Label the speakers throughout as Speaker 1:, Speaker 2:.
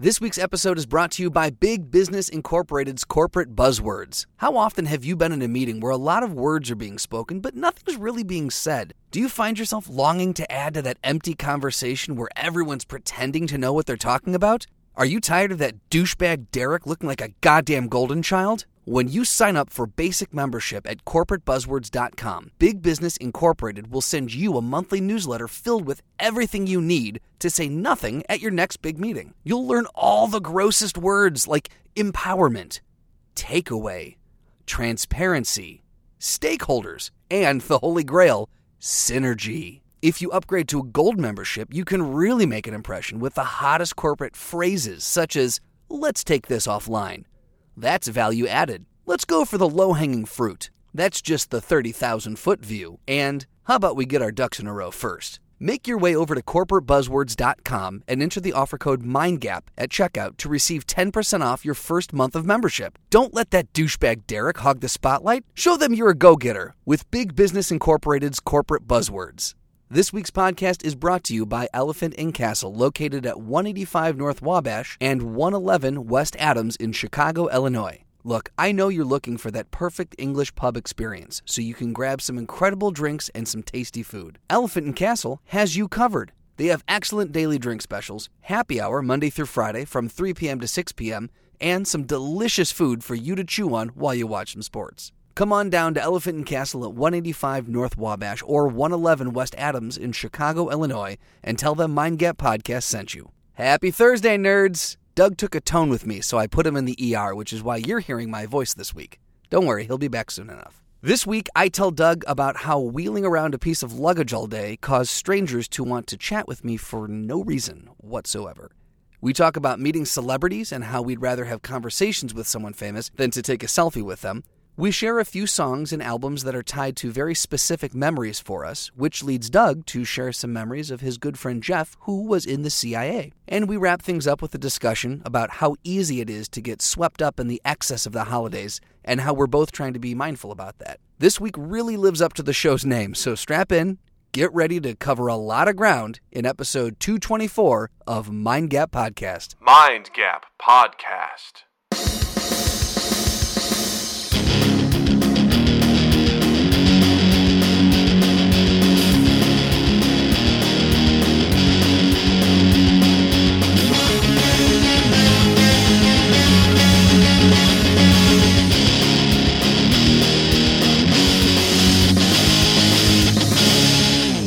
Speaker 1: This week's episode is brought to you by Big Business Incorporated's Corporate Buzzwords. How often have you been in a meeting where a lot of words are being spoken, but nothing's really being said? Do you find yourself longing to add to that empty conversation where everyone's pretending to know what they're talking about? Are you tired of that douchebag Derek looking like a goddamn golden child? When you sign up for basic membership at corporatebuzzwords.com, Big Business Incorporated will send you a monthly newsletter filled with everything you need to say nothing at your next big meeting. You'll learn all the grossest words like empowerment, takeaway, transparency, stakeholders, and the holy grail, synergy. If you upgrade to a gold membership, you can really make an impression with the hottest corporate phrases such as, let's take this offline. That's value added. Let's go for the low hanging fruit. That's just the 30,000 foot view. And how about we get our ducks in a row first? Make your way over to corporatebuzzwords.com and enter the offer code MINDGAP at checkout to receive 10% off your first month of membership. Don't let that douchebag Derek hog the spotlight. Show them you're a go getter with Big Business Incorporated's Corporate Buzzwords. This week's podcast is brought to you by Elephant and Castle, located at 185 North Wabash and 111 West Adams in Chicago, Illinois. Look, I know you're looking for that perfect English pub experience, so you can grab some incredible drinks and some tasty food. Elephant and Castle has you covered. They have excellent daily drink specials, happy hour Monday through Friday from 3 p.m. to 6 p.m., and some delicious food for you to chew on while you watch some sports. Come on down to Elephant and Castle at 185 North Wabash or 111 West Adams in Chicago, Illinois, and tell them Mind Gap Podcast sent you. Happy Thursday, nerds! Doug took a tone with me, so I put him in the ER, which is why you're hearing my voice this week. Don't worry, he'll be back soon enough. This week, I tell Doug about how wheeling around a piece of luggage all day caused strangers to want to chat with me for no reason whatsoever. We talk about meeting celebrities and how we'd rather have conversations with someone famous than to take a selfie with them. We share a few songs and albums that are tied to very specific memories for us, which leads Doug to share some memories of his good friend Jeff, who was in the CIA. And we wrap things up with a discussion about how easy it is to get swept up in the excess of the holidays and how we're both trying to be mindful about that. This week really lives up to the show's name, so strap in, get ready to cover a lot of ground in episode 224 of Mind Gap Podcast.
Speaker 2: Mind Gap Podcast.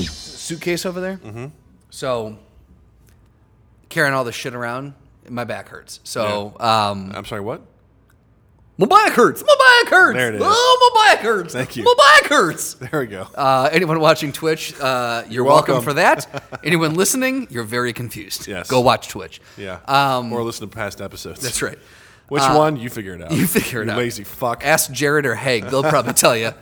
Speaker 1: suitcase over there. Mm-hmm. So carrying all this shit around, my back hurts. So um,
Speaker 3: I'm sorry, what?
Speaker 1: my back hurts. My back hurts.
Speaker 3: There it is.
Speaker 1: Oh, my back hurts.
Speaker 3: Thank you.
Speaker 1: My back hurts.
Speaker 3: There we go.
Speaker 1: Uh, anyone watching Twitch, uh, you're welcome.
Speaker 3: welcome.
Speaker 1: for that. anyone listening, you're very confused.
Speaker 3: Yes.
Speaker 1: Go watch Twitch.
Speaker 3: yeah.
Speaker 1: Um,
Speaker 3: or listen to past episodes.
Speaker 1: that's right.
Speaker 3: Which one? Uh, You figure it out.
Speaker 1: you figure it out.
Speaker 3: Lazy fuck.
Speaker 1: Ask Jared or Haig. They'll probably tell you.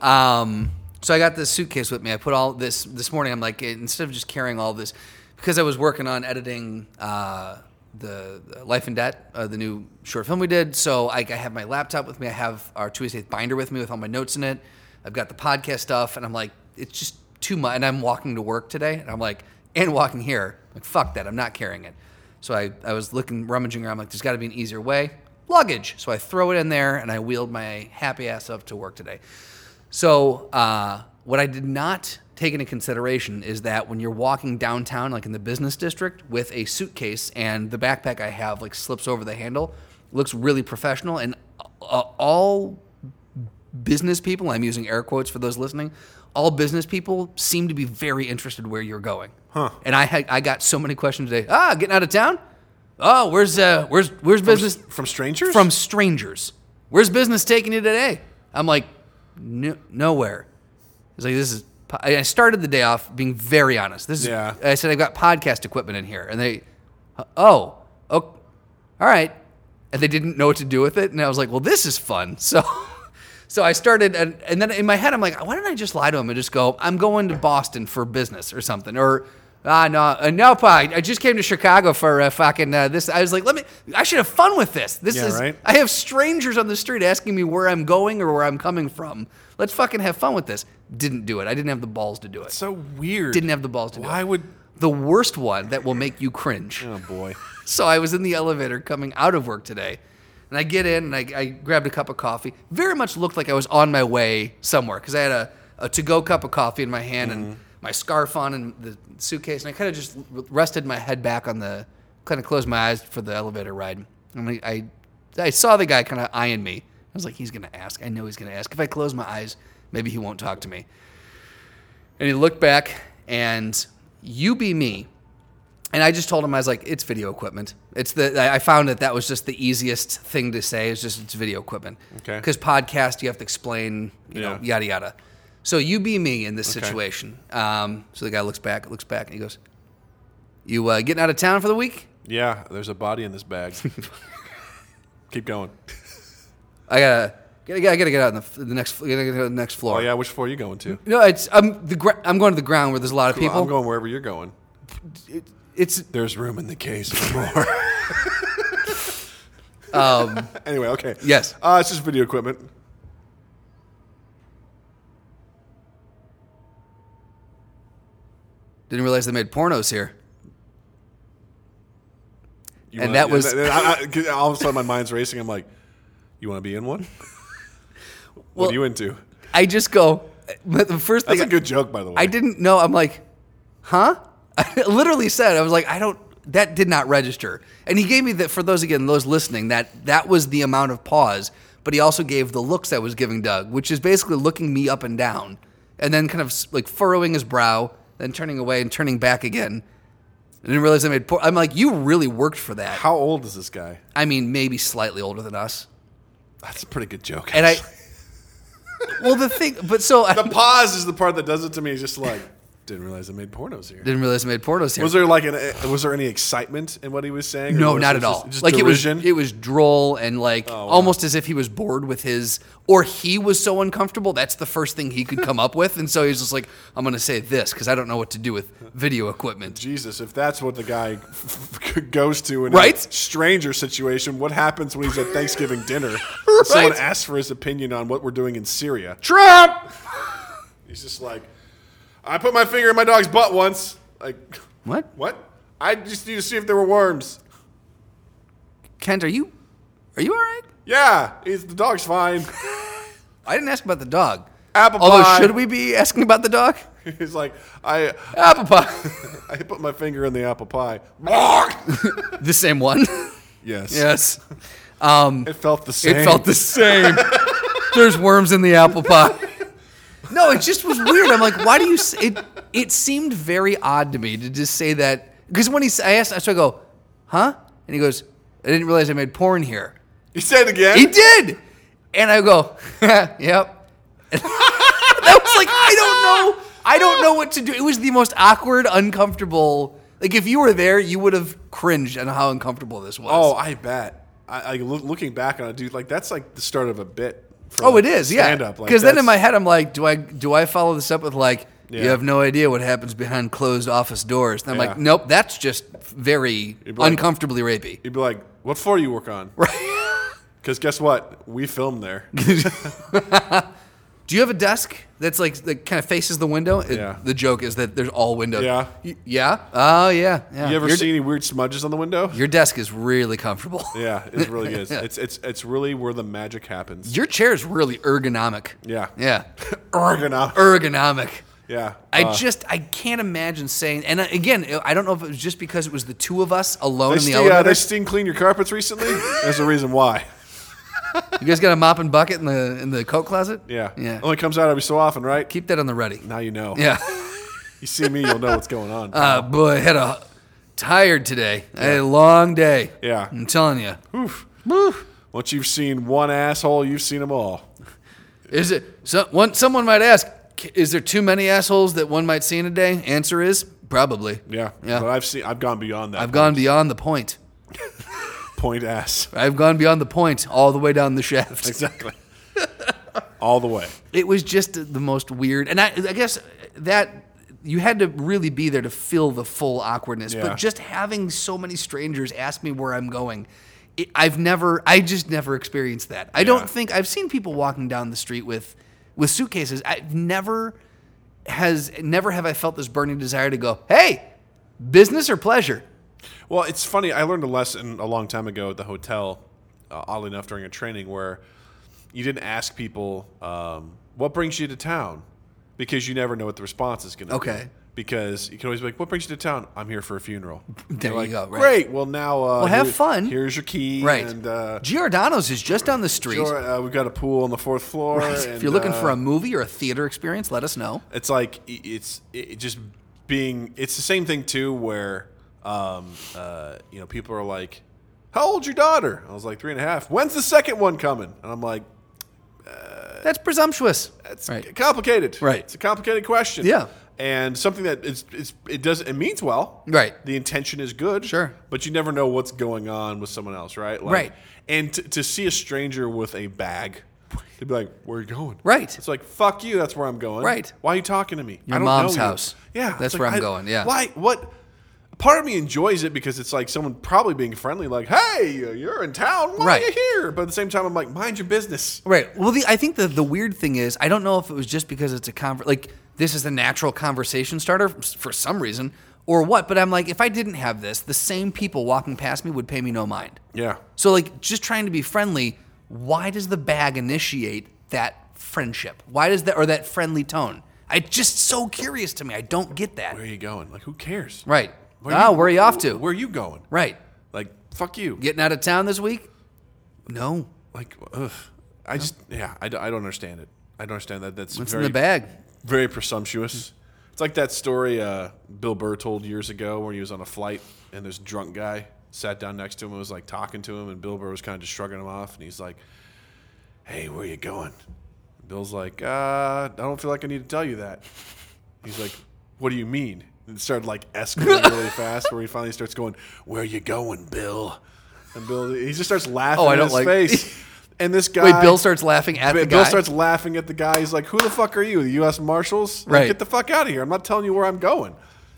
Speaker 1: Um, so I got this suitcase with me. I put all this this morning. I'm like, instead of just carrying all this, because I was working on editing uh, the the Life and Debt, uh, the new short film we did. So I, I have my laptop with me. I have our two Tuesday binder with me with all my notes in it. I've got the podcast stuff, and I'm like, it's just too much. And I'm walking to work today, and I'm like, and walking here. like, fuck that. I'm not carrying it. So I, I was looking, rummaging around, like, there's got to be an easier way. Luggage. So I throw it in there and I wheeled my happy ass up to work today. So uh, what I did not take into consideration is that when you're walking downtown, like in the business district, with a suitcase and the backpack I have, like, slips over the handle, looks really professional. And uh, all business people, I'm using air quotes for those listening, all business people seem to be very interested where you're going. Huh. And I had, I got so many questions today. Ah, getting out of town? Oh, where's uh where's where's business
Speaker 3: From strangers?
Speaker 1: from strangers? Where's business taking you today? I'm like no, nowhere. It's like this is po- I I started the day off being very honest. This is
Speaker 3: Yeah.
Speaker 1: I said I've got podcast equipment in here and they oh, oh all right. And they didn't know what to do with it. And I was like, well, this is fun. So, so I started, and, and then in my head, I'm like, why don't I just lie to him and just go, I'm going to Boston for business or something, or ah no, uh, nope, I, I just came to Chicago for uh, fucking uh, this. I was like, let me, I should have fun with this. This
Speaker 3: Yeah,
Speaker 1: is,
Speaker 3: right?
Speaker 1: I have strangers on the street asking me where I'm going or where I'm coming from. Let's fucking have fun with this. Didn't do it. I didn't have the balls to do it.
Speaker 3: so weird.
Speaker 1: Didn't have the balls to do it.
Speaker 3: Why would.
Speaker 1: the worst one that will make you cringe.
Speaker 3: Oh boy.
Speaker 1: So I was in the elevator coming out of work today, and I get in and I, I grabbed a cup of coffee. Very much looked like I was on my way somewhere because I had a, a to go cup of coffee in my hand and my scarf on and the suitcase, and I kind of just r- rested my head back on the, kind of closed my eyes for the elevator ride. And I, I, I saw the guy kind of eyeing me. I was like, he's going to ask. I know he's going to ask. If I close my eyes, maybe he won't talk to me. And he looked back and you be me. And I just told him, I was like, it's video equipment. It's the, I I found that that was just the easiest thing to say is just it's video equipment.
Speaker 3: Okay.
Speaker 1: Because podcast, you have to explain, you know,
Speaker 3: Yeah.
Speaker 1: yada, yada. So you be me in this situation. Um, so the guy looks back, looks back, and he goes, you uh, getting out of town for the week?
Speaker 3: Yeah, there's a body in this bag. Keep going.
Speaker 1: I gotta, gotta, gotta, gotta get out on the, f- the next, gotta get out on the next floor.
Speaker 3: Oh yeah, which floor are you going to?
Speaker 1: No, it's I'm the gr- I'm going to the ground where there's a lot of people.
Speaker 3: I'm going wherever you're going.
Speaker 1: it's
Speaker 3: Oh. There's room in the case for more. um, anyway, okay.
Speaker 1: yes.
Speaker 3: Uh, it's just video equipment.
Speaker 1: Didn't realize they made pornos here.
Speaker 3: You
Speaker 1: And that was-
Speaker 3: and I- I- 'cause all of a sudden my mind's racing. I'm like, you want to be in one? what
Speaker 1: Well-
Speaker 3: are you into?
Speaker 1: I just go. But the first
Speaker 3: That's
Speaker 1: thing
Speaker 3: a good joke, by the way.
Speaker 1: I didn't know. I'm like, huh? I literally said I was like, I don't. That did not register. And he gave me that for those again, those listening. That that was the amount of pause. But he also gave the looks I was giving Doug, which is basically looking me up and down, and then kind of s- like furrowing his brow, then turning away and turning back again. I didn't realize I made. Por- I'm like, you really worked for that.
Speaker 3: How old is this guy?
Speaker 1: I mean, maybe slightly older than us.
Speaker 3: That's a pretty good joke.
Speaker 1: And I.
Speaker 3: actually.
Speaker 1: Well, the thing, but so I
Speaker 3: the pause is the part that does it to me. It's Just like didn't realize I made pornos here.
Speaker 1: didn't realize I made pornos here.
Speaker 3: Was there like an, uh, was there any excitement in what he was saying? or
Speaker 1: no,
Speaker 3: was
Speaker 1: not at
Speaker 3: it just-
Speaker 1: all.
Speaker 3: Just
Speaker 1: like
Speaker 3: derision? Oh,
Speaker 1: it was, it was droll and like almost as if he was bored with his, or he was so uncomfortable. That's the first thing he could come up with, and so he's just like, "I'm going to say this because I don't know what to do with video equipment."
Speaker 3: Jesus, if that's what the guy goes to in
Speaker 1: Right?
Speaker 3: a stranger situation, what happens when he's at Thanksgiving dinner?
Speaker 1: Right.
Speaker 3: Someone asks for his opinion on what we're doing in Syria.
Speaker 1: Trump.
Speaker 3: He's just like, I put my finger in my dog's butt once. Like,
Speaker 1: What?
Speaker 3: what? I just need to see if there were worms.
Speaker 1: Kent, are you, are you all right?
Speaker 3: Yeah, he's, the dog's fine.
Speaker 1: I didn't ask about the dog.
Speaker 3: Apple
Speaker 1: Although,
Speaker 3: pie.
Speaker 1: should we be asking about the dog?
Speaker 3: He's like, I,
Speaker 1: Apple pie.
Speaker 3: I put my finger in the apple pie.
Speaker 1: the same one.
Speaker 3: yes.
Speaker 1: yes. Um,
Speaker 3: It felt the same.
Speaker 1: It felt the same. There's worms in the apple pie. No, it just was weird. I'm like, why do you? s- It it seemed very odd to me to just say that because when he s- I asked, so I go, huh? And he goes, I didn't realize I made porn here.
Speaker 3: He said it again.
Speaker 1: He did, and I go, yep. that was like I don't know. I don't know what to do. It was the most awkward, uncomfortable. Like if you were there, you would have cringed on how uncomfortable this was.
Speaker 3: Oh, I bet. I, I look, looking back on it, dude, like that's like the start of a bit. for,
Speaker 1: Oh,
Speaker 3: like,
Speaker 1: it is, yeah.
Speaker 3: Stand up, like,
Speaker 1: Because then in my
Speaker 3: that's-
Speaker 1: head, I'm like, do I do I follow this up with like, you
Speaker 3: Yeah.
Speaker 1: have no idea what happens behind closed office doors? And I'm
Speaker 3: Yeah.
Speaker 1: like, nope, that's just very
Speaker 3: You'd be like-
Speaker 1: uncomfortably rapey.
Speaker 3: you'd be like, "What floor you work on?" Because guess what? We filmed there.
Speaker 1: Do you have a desk that's like that kind of faces the window? It-
Speaker 3: Yeah.
Speaker 1: the joke is that there's all windows.
Speaker 3: Yeah.
Speaker 1: Y- yeah. Oh yeah. yeah.
Speaker 3: You ever
Speaker 1: your,
Speaker 3: see any weird smudges on the window?
Speaker 1: your desk is really comfortable.
Speaker 3: Yeah, it really is. It's it's it's really where the magic happens.
Speaker 1: Your chair is really ergonomic.
Speaker 3: Yeah.
Speaker 1: Yeah.
Speaker 3: Ergonomic.
Speaker 1: ergonomic.
Speaker 3: yeah.
Speaker 1: I
Speaker 3: Uh,
Speaker 1: just I can't imagine saying. And I- again, I don't know if it was just because it was the two of us alone
Speaker 3: they,
Speaker 1: in the
Speaker 3: ste- uh,
Speaker 1: elevator.
Speaker 3: they steam clean your carpets recently. There's a reason why.
Speaker 1: You guys got a mop and bucket in the in the coat closet?
Speaker 3: Yeah.
Speaker 1: Yeah.
Speaker 3: Only comes out every so often, right?
Speaker 1: Keep that on the ready.
Speaker 3: Now you know.
Speaker 1: Yeah.
Speaker 3: You see me, you'll know what's going on.
Speaker 1: Uh, boy, I had a tired today. I had a long day.
Speaker 3: Yeah.
Speaker 1: I'm telling you.
Speaker 3: Once you've seen one asshole, you've seen them all.
Speaker 1: Is it so, one, someone might ask, "K- is there too many assholes that one might see in a day? Answer is probably.
Speaker 3: Yeah.
Speaker 1: Yeah.
Speaker 3: But I've seen. I've gone beyond that.
Speaker 1: I've gone beyond the point.
Speaker 3: point ass.
Speaker 1: I've gone beyond the point all the way down the shaft.
Speaker 3: Exactly. All the way.
Speaker 1: it was just the most weird and I, I guess that you had to really be there to feel the full awkwardness
Speaker 3: Yeah.
Speaker 1: but just having so many strangers ask me where i'm going it, i've never i just never experienced that i
Speaker 3: Yeah.
Speaker 1: don't think i've seen people walking down the street with with suitcases i've never has never have i felt this burning desire to go hey Business or pleasure?
Speaker 3: Well, it's funny. I learned a lesson a long time ago at the hotel, uh, oddly enough, during a training where you didn't ask people um, what brings you to town because you never know what the response is going to be.
Speaker 1: Okay.
Speaker 3: Because you can always be like, "What brings you to town?" I'm here for a funeral.
Speaker 1: There you go. Right.
Speaker 3: Great. Well, now uh, well,
Speaker 1: have fun.
Speaker 3: Here's your key.
Speaker 1: Right.
Speaker 3: And uh,
Speaker 1: Giordano's is just down the street.
Speaker 3: sure, uh, we've got a pool on the fourth floor.
Speaker 1: if you're looking
Speaker 3: uh,
Speaker 1: for a movie or a theater experience, let us know.
Speaker 3: it's like i- it's it it just being it's the same thing too where um uh you know people are like how old's your daughter i was like three and a half when's the second one coming and i'm like
Speaker 1: That's presumptuous.
Speaker 3: it's
Speaker 1: right.
Speaker 3: c- complicated
Speaker 1: Right.
Speaker 3: it's a complicated question
Speaker 1: Yeah.
Speaker 3: and something that it's, it's it does it means well
Speaker 1: Right.
Speaker 3: the intention is good
Speaker 1: Sure.
Speaker 3: but you never know what's going on with someone else right like,
Speaker 1: Right.
Speaker 3: and to, to see a stranger with a bag to be like where are you going
Speaker 1: Right.
Speaker 3: it's like fuck you that's where i'm going
Speaker 1: Right.
Speaker 3: why are you talking to me
Speaker 1: Your
Speaker 3: I don't
Speaker 1: mom's
Speaker 3: know you.
Speaker 1: house.
Speaker 3: Yeah,
Speaker 1: That's
Speaker 3: it's
Speaker 1: where I'm going, yeah.
Speaker 3: why? What? Part of me enjoys it because it's like someone probably being friendly, like, "Hey, you're in town. Why
Speaker 1: Right.
Speaker 3: are you here?" But at the same time, I'm like, "Mind your business."
Speaker 1: Right. Well, the, I think the, the weird thing is, I don't know if it was just because it's a conver- like this is a natural conversation starter f- for some reason or what, but I'm like, if I didn't have this, the same people walking past me would pay me no mind.
Speaker 3: Yeah,
Speaker 1: So, like, just trying to be friendly, why does the bag initiate that friendship? Why does that, or that friendly tone? It's just so curious to me. I don't get that.
Speaker 3: where are you going? Like, who cares?
Speaker 1: Right.
Speaker 3: Where
Speaker 1: Ah, where are you off to?
Speaker 3: Where are you going?
Speaker 1: Right.
Speaker 3: Like, fuck you.
Speaker 1: Getting out of town this week? No.
Speaker 3: Like, ugh. I just, yeah, I, d- I don't understand it. I don't understand that. That's
Speaker 1: What's
Speaker 3: very,
Speaker 1: in the bag?
Speaker 3: very presumptuous. It's like that story uh, Bill Burr told years ago when he was on a flight and this drunk guy sat down next to him and was like talking to him, and Bill Burr was kind of just shrugging him off, and he's like, "Hey, where you going?" Bill's like, "Uh, I don't feel like I need to tell you that." He's like, "What do you mean?" And it started like escalating really fast, where he finally starts going, "Where you going, Bill?" And Bill, he just starts laughing
Speaker 1: Oh, I
Speaker 3: in
Speaker 1: don't
Speaker 3: his
Speaker 1: like-
Speaker 3: face. And this guy,
Speaker 1: Wait, Bill starts laughing at
Speaker 3: Bi-
Speaker 1: the
Speaker 3: Bill
Speaker 1: guy.
Speaker 3: starts laughing at the guy. He's like, "Who the fuck are you? The U.S. Marshals? Like,
Speaker 1: Right.
Speaker 3: Get the fuck out of here! I'm not telling you where I'm going."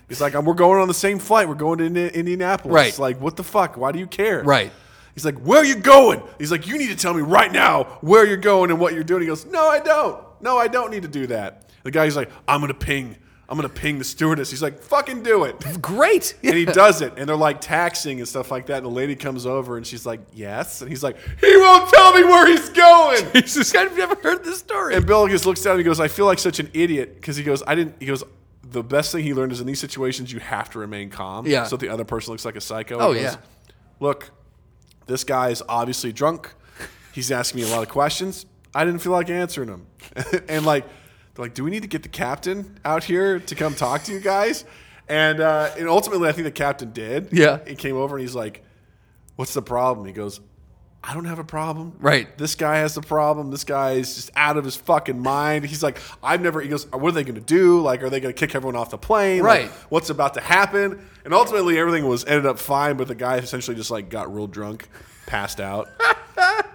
Speaker 3: He's like, "I'm- "We're going on the same flight. We're going to Indi- Indianapolis."
Speaker 1: Right.
Speaker 3: Like, what the fuck? Why do you care?
Speaker 1: Right.
Speaker 3: He's like, "Where are you going?" He's like, "You need to tell me right now where you're going and what you're doing." He goes, "No, I don't. No, I don't need to do that." The guy's like, "I'm gonna ping. I'm gonna ping the stewardess." He's like, "Fucking do it."
Speaker 1: Great.
Speaker 3: and he does it, and they're like taxing and stuff like that. And the lady comes over, and she's like, "Yes," and he's like, "He won't tell me where he's going."
Speaker 1: Jesus, I've never heard this story.
Speaker 3: And Bill just looks down and he goes, I feel like such an idiot because he goes, I didn't, he goes, the best thing he learned is in these situations, you have to remain calm.
Speaker 1: Yeah.
Speaker 3: So the other person looks like a psycho.
Speaker 1: Oh,
Speaker 3: He goes,
Speaker 1: yeah.
Speaker 3: Look, this guy is obviously drunk. He's asking me a lot of questions. I didn't feel like answering them. and like, they're like, do we need to get the captain out here to come talk to you guys? And, uh, and ultimately, I think the captain did.
Speaker 1: Yeah.
Speaker 3: He came over and he's like, what's the problem? He goes, I don't have a problem.
Speaker 1: Right.
Speaker 3: This guy has a problem. This guy is just out of his fucking mind. He's like, I've never, he goes, what are they going to do? Like, are they going to kick everyone off the plane? Like,
Speaker 1: Right.
Speaker 3: what's about to happen? And ultimately, everything was ended up fine, but the guy essentially just like got real drunk, passed out.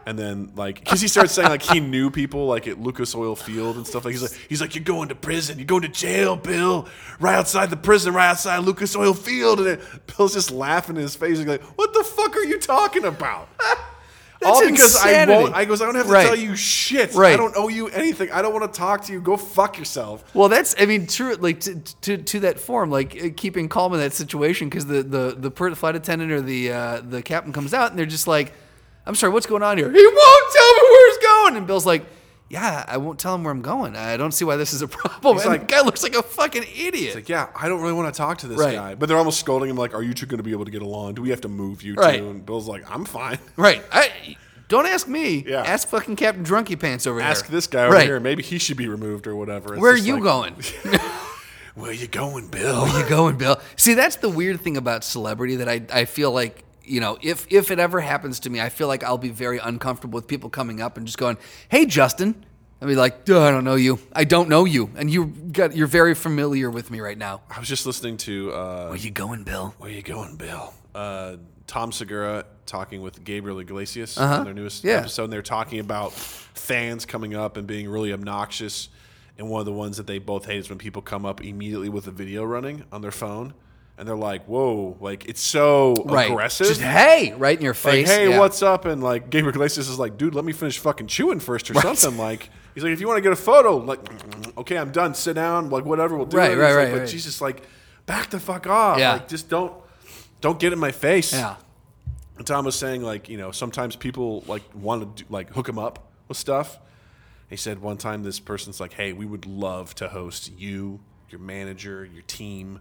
Speaker 3: And then, like, because he started saying, like, he knew people, like, at Lucas Oil Field and stuff. Like, he's like, he's like, you're going to prison. You're going to jail, Bill. Right outside the prison, right outside Lucas Oil Field. And then Bill's just laughing in his face. He's like, what the fuck are you talking about? All because
Speaker 1: insanity.
Speaker 3: I won't. I goes, I don't have to
Speaker 1: Right.
Speaker 3: tell you shit. I
Speaker 1: Right.
Speaker 3: don't owe you anything. I don't want to talk to you. Go fuck yourself.
Speaker 1: Well, that's I mean, true. Like to to, to that form, like uh, keeping calm in that situation because the the the per- flight attendant or the uh, the captain comes out and they're just like, "I'm sorry, what's going on here?" He won't tell me where he's going, and Bill's like. Yeah, I won't tell him where I'm going. I don't see why this is a problem.
Speaker 3: He's
Speaker 1: and
Speaker 3: like-
Speaker 1: the guy looks like a fucking idiot.
Speaker 3: Like, yeah, I don't really want to talk to this
Speaker 1: Right.
Speaker 3: guy. But they're almost scolding him, like, are you two going to be able to get along? Do we have to move you
Speaker 1: Right.
Speaker 3: two? And Bill's like, I'm fine.
Speaker 1: right. I don't ask me.
Speaker 3: Yeah.
Speaker 1: Ask fucking Captain Drunky Pants over here.
Speaker 3: Ask this guy over
Speaker 1: Right.
Speaker 3: here. Maybe he should be removed or whatever. It's
Speaker 1: Where are
Speaker 3: just
Speaker 1: you
Speaker 3: like,
Speaker 1: going?
Speaker 3: Where you going, Bill?
Speaker 1: you going, Bill? See, that's the weird thing about celebrity that I, I feel like, you know, if if it ever happens to me, I feel like I'll be very uncomfortable with people coming up and just going, "Hey, Justin," I'll be like, "Duh, "I don't know you. I don't know you, and you got you're very familiar with me right now."
Speaker 3: I was just listening to uh,
Speaker 1: Where you going, Bill?
Speaker 3: Where you going, Bill? Uh, Tom Segura talking with Gabriel Iglesias on their newest
Speaker 1: Uh-huh. Yeah.
Speaker 3: episode, and they're talking about fans coming up and being really obnoxious. And one of the ones that they both hate is when people come up immediately with a video running on their phone, and they're like, "Whoa!" Like it's so
Speaker 1: Right,
Speaker 3: aggressive.
Speaker 1: Just hey, right in your
Speaker 3: like,
Speaker 1: face.
Speaker 3: hey,
Speaker 1: Yeah.
Speaker 3: what's up? And like Gabriel Iglesias is like, dude, let me finish fucking chewing first or something. Like he's like, if you want to get a photo, like, okay, I'm done. Sit down. Like whatever, we'll do
Speaker 1: Right,
Speaker 3: it.
Speaker 1: right,
Speaker 3: He's like,
Speaker 1: right,
Speaker 3: But
Speaker 1: right.
Speaker 3: Jesus, like, back the fuck off.
Speaker 1: Yeah.
Speaker 3: Like, just don't don't get in my face.
Speaker 1: Yeah.
Speaker 3: And Tom was saying like you know sometimes people like want to do, like hook him up with stuff. He said one time this person's like, "Hey, we would love to host you, your manager, your team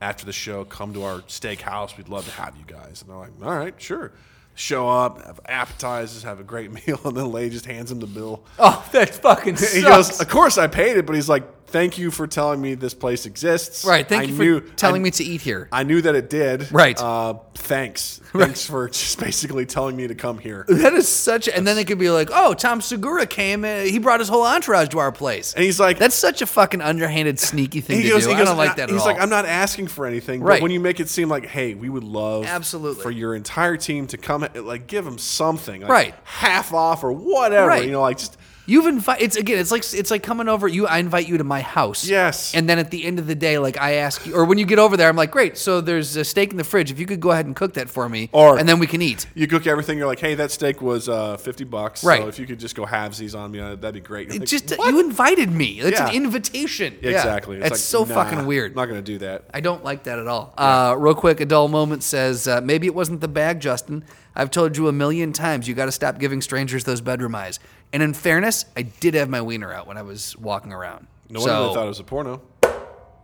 Speaker 3: after the show. Come to our steakhouse. We'd love to have you guys." And they're like, "All right, sure." Show up, have appetizers, have a great meal, and then the lady just hands him the bill.
Speaker 1: Oh, that fucking sucks.
Speaker 3: He goes, "Of course I paid it," but he's like, "Thank you for telling me this place exists."
Speaker 1: right. Thank
Speaker 3: I
Speaker 1: you
Speaker 3: knew-
Speaker 1: for telling
Speaker 3: I-
Speaker 1: me to eat here.
Speaker 3: I knew that it did.
Speaker 1: Right.
Speaker 3: Uh, thanks. Thanks for just basically telling me to come here.
Speaker 1: that is such. And then they could be like, "Oh, Tom Segura came. And he brought his whole entourage to our place."
Speaker 3: And he's like,
Speaker 1: That's such a fucking underhanded, sneaky thing to do. I don't like that at
Speaker 3: He's
Speaker 1: all.
Speaker 3: like, I'm not asking for anything.
Speaker 1: Right.
Speaker 3: But when you make it seem like, hey, we would love
Speaker 1: Absolutely.
Speaker 3: for your entire team to come, eh, like, give them something, like,
Speaker 1: Right.
Speaker 3: Half off or whatever.
Speaker 1: Right.
Speaker 3: You know, like just
Speaker 1: You've invited. It's again. It's like it's like coming over. You, I invite you to my house.
Speaker 3: Yes.
Speaker 1: And then at the end of the day, like I ask you, or when you get over there, I'm like, great. So there's a steak in the fridge. If you could go ahead and cook that for me,
Speaker 3: Or-
Speaker 1: and then we can eat.
Speaker 3: you cook everything. You're like, hey, that steak was uh, fifty bucks.
Speaker 1: Right.
Speaker 3: So if you could just go halvesies on me, uh, that'd be great. You're
Speaker 1: It's
Speaker 3: like,
Speaker 1: just
Speaker 3: "What?"
Speaker 1: you invited me. It's an
Speaker 3: Yeah.
Speaker 1: invitation. Yeah.
Speaker 3: exactly. It's
Speaker 1: That's
Speaker 3: like,
Speaker 1: so
Speaker 3: nah,
Speaker 1: fucking weird.
Speaker 3: I'm not gonna do that.
Speaker 1: I don't like that at all. Uh, real quick, a dull moment says uh, maybe it wasn't the bag, Justin. I've told you a million times you got to stop giving strangers those bedroom eyes. And in fairness, I did have my wiener out when I was walking around.
Speaker 3: No
Speaker 1: so
Speaker 3: one thought it was a porno.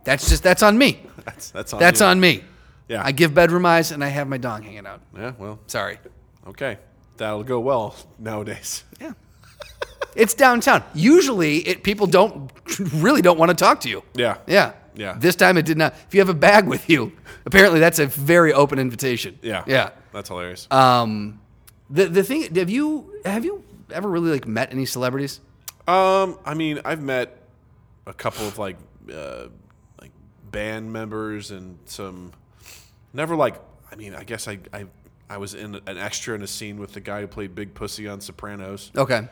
Speaker 1: that's just that's on me.
Speaker 3: That's that's on
Speaker 1: That's
Speaker 3: you.
Speaker 1: on me.
Speaker 3: Yeah.
Speaker 1: I give bedroom eyes and I have my dong hanging out.
Speaker 3: Yeah. Well.
Speaker 1: Sorry.
Speaker 3: Okay. That'll go well nowadays.
Speaker 1: Yeah. it's downtown. Usually, it people don't really don't want to talk to you.
Speaker 3: Yeah.
Speaker 1: Yeah.
Speaker 3: Yeah.
Speaker 1: This time it did not. If you have a bag with you, apparently that's a very open invitation.
Speaker 3: Yeah.
Speaker 1: Yeah.
Speaker 3: That's hilarious.
Speaker 1: Um, the the thing have you have you ever really like met any celebrities?
Speaker 3: um, I mean, I've met a couple of like uh, like band members and some never like I mean, I guess I I I was in an extra in a scene with the guy who played Big Pussy on Sopranos.
Speaker 1: Okay.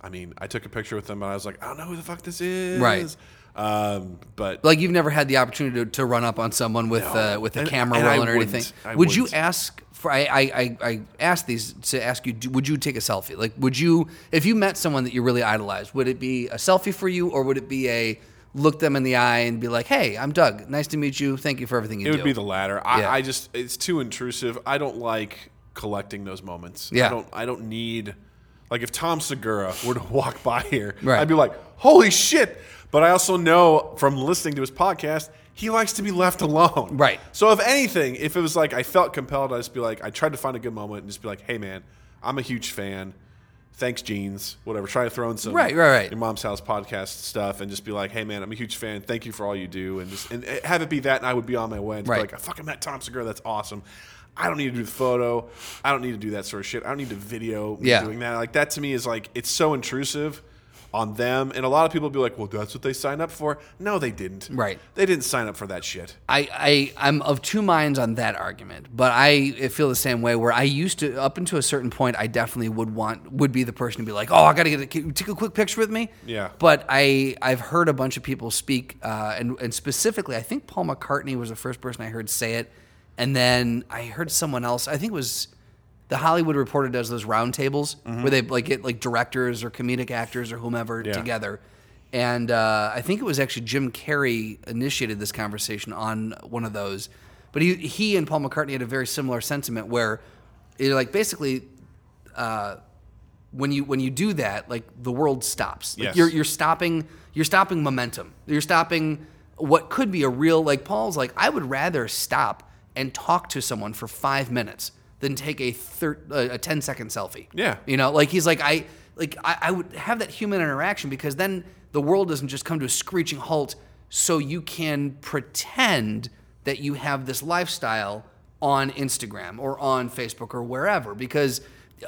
Speaker 3: I mean, I took a picture with him and I was like, I don't know who the fuck this is.
Speaker 1: Right.
Speaker 3: Um, but
Speaker 1: Like you've never had the opportunity to, to run up on someone with uh, with a
Speaker 3: And-
Speaker 1: camera
Speaker 3: and I
Speaker 1: roll or
Speaker 3: wouldn't.
Speaker 1: anything.
Speaker 3: I
Speaker 1: would you
Speaker 3: wouldn't.
Speaker 1: ask for? I I, I I asked these to ask you. do- Would you take a selfie? Like, would you if you met someone that you really idolized? Would it be a selfie for you, or would it be a look them in the eye and be like, "Hey, I'm Doug. Nice to meet you. Thank you for everything you
Speaker 3: It
Speaker 1: do."
Speaker 3: would be the latter. I,
Speaker 1: Yeah.
Speaker 3: I just it's too intrusive. I don't like collecting those moments.
Speaker 1: Yeah.
Speaker 3: I don't I don't need like if Tom Segura were to walk by here,
Speaker 1: Right.
Speaker 3: I'd be like, "Holy shit." But I also know from listening to his podcast, he likes to be left alone.
Speaker 1: Right.
Speaker 3: So if anything, if it was like I felt compelled, I'd just be like I tried to find a good moment and just be like, "Hey man, I'm a huge fan. Thanks, jeans. Whatever. Try to throw in some
Speaker 1: Right, right, right.
Speaker 3: your mom's house podcast stuff and just be like, hey man, I'm a huge fan. Thank you for all you do, and just and have it be that, and I would be on my way. And just
Speaker 1: Right.
Speaker 3: be like, I fucking met Tom Segura. That's awesome. I don't need to do the photo. I don't need to do that sort of shit. I don't need to video me
Speaker 1: Yeah.
Speaker 3: doing that. Like that to me is like it's so intrusive on them. And a lot of people be like, well, that's what they signed up for. No, they didn't.
Speaker 1: Right.
Speaker 3: They didn't sign up for that shit.
Speaker 1: I, I I'm of two minds on that argument, but I feel the same way. Where I used to, up until a certain point, I definitely would want would be the person to be like, "Oh, I gotta get a, can you take a quick picture with me."
Speaker 3: Yeah.
Speaker 1: But I I've heard a bunch of people speak, uh, and and specifically, I think Paul McCartney was the first person I heard say it, and then I heard someone else. I think it was the Hollywood Reporter does those roundtables where they like get like directors or comedic actors or whomever
Speaker 3: Mm-hmm. Yeah.
Speaker 1: together together. And uh, I think it was actually Jim Carrey initiated this conversation on one of those. But he, he and Paul McCartney had a very similar sentiment where, it, like, basically, uh, when you when you do that, like the world stops. Like
Speaker 3: Yes.
Speaker 1: you're you're stopping you're stopping momentum. You're stopping what could be a real like Paul's like I would rather stop and talk to someone for five minutes than take a thir- a, a 10 second selfie.
Speaker 3: Yeah.
Speaker 1: You know, like he's like I like I, I would have that human interaction because then the world doesn't just come to a screeching halt so you can pretend that you have this lifestyle on Instagram or on Facebook or wherever because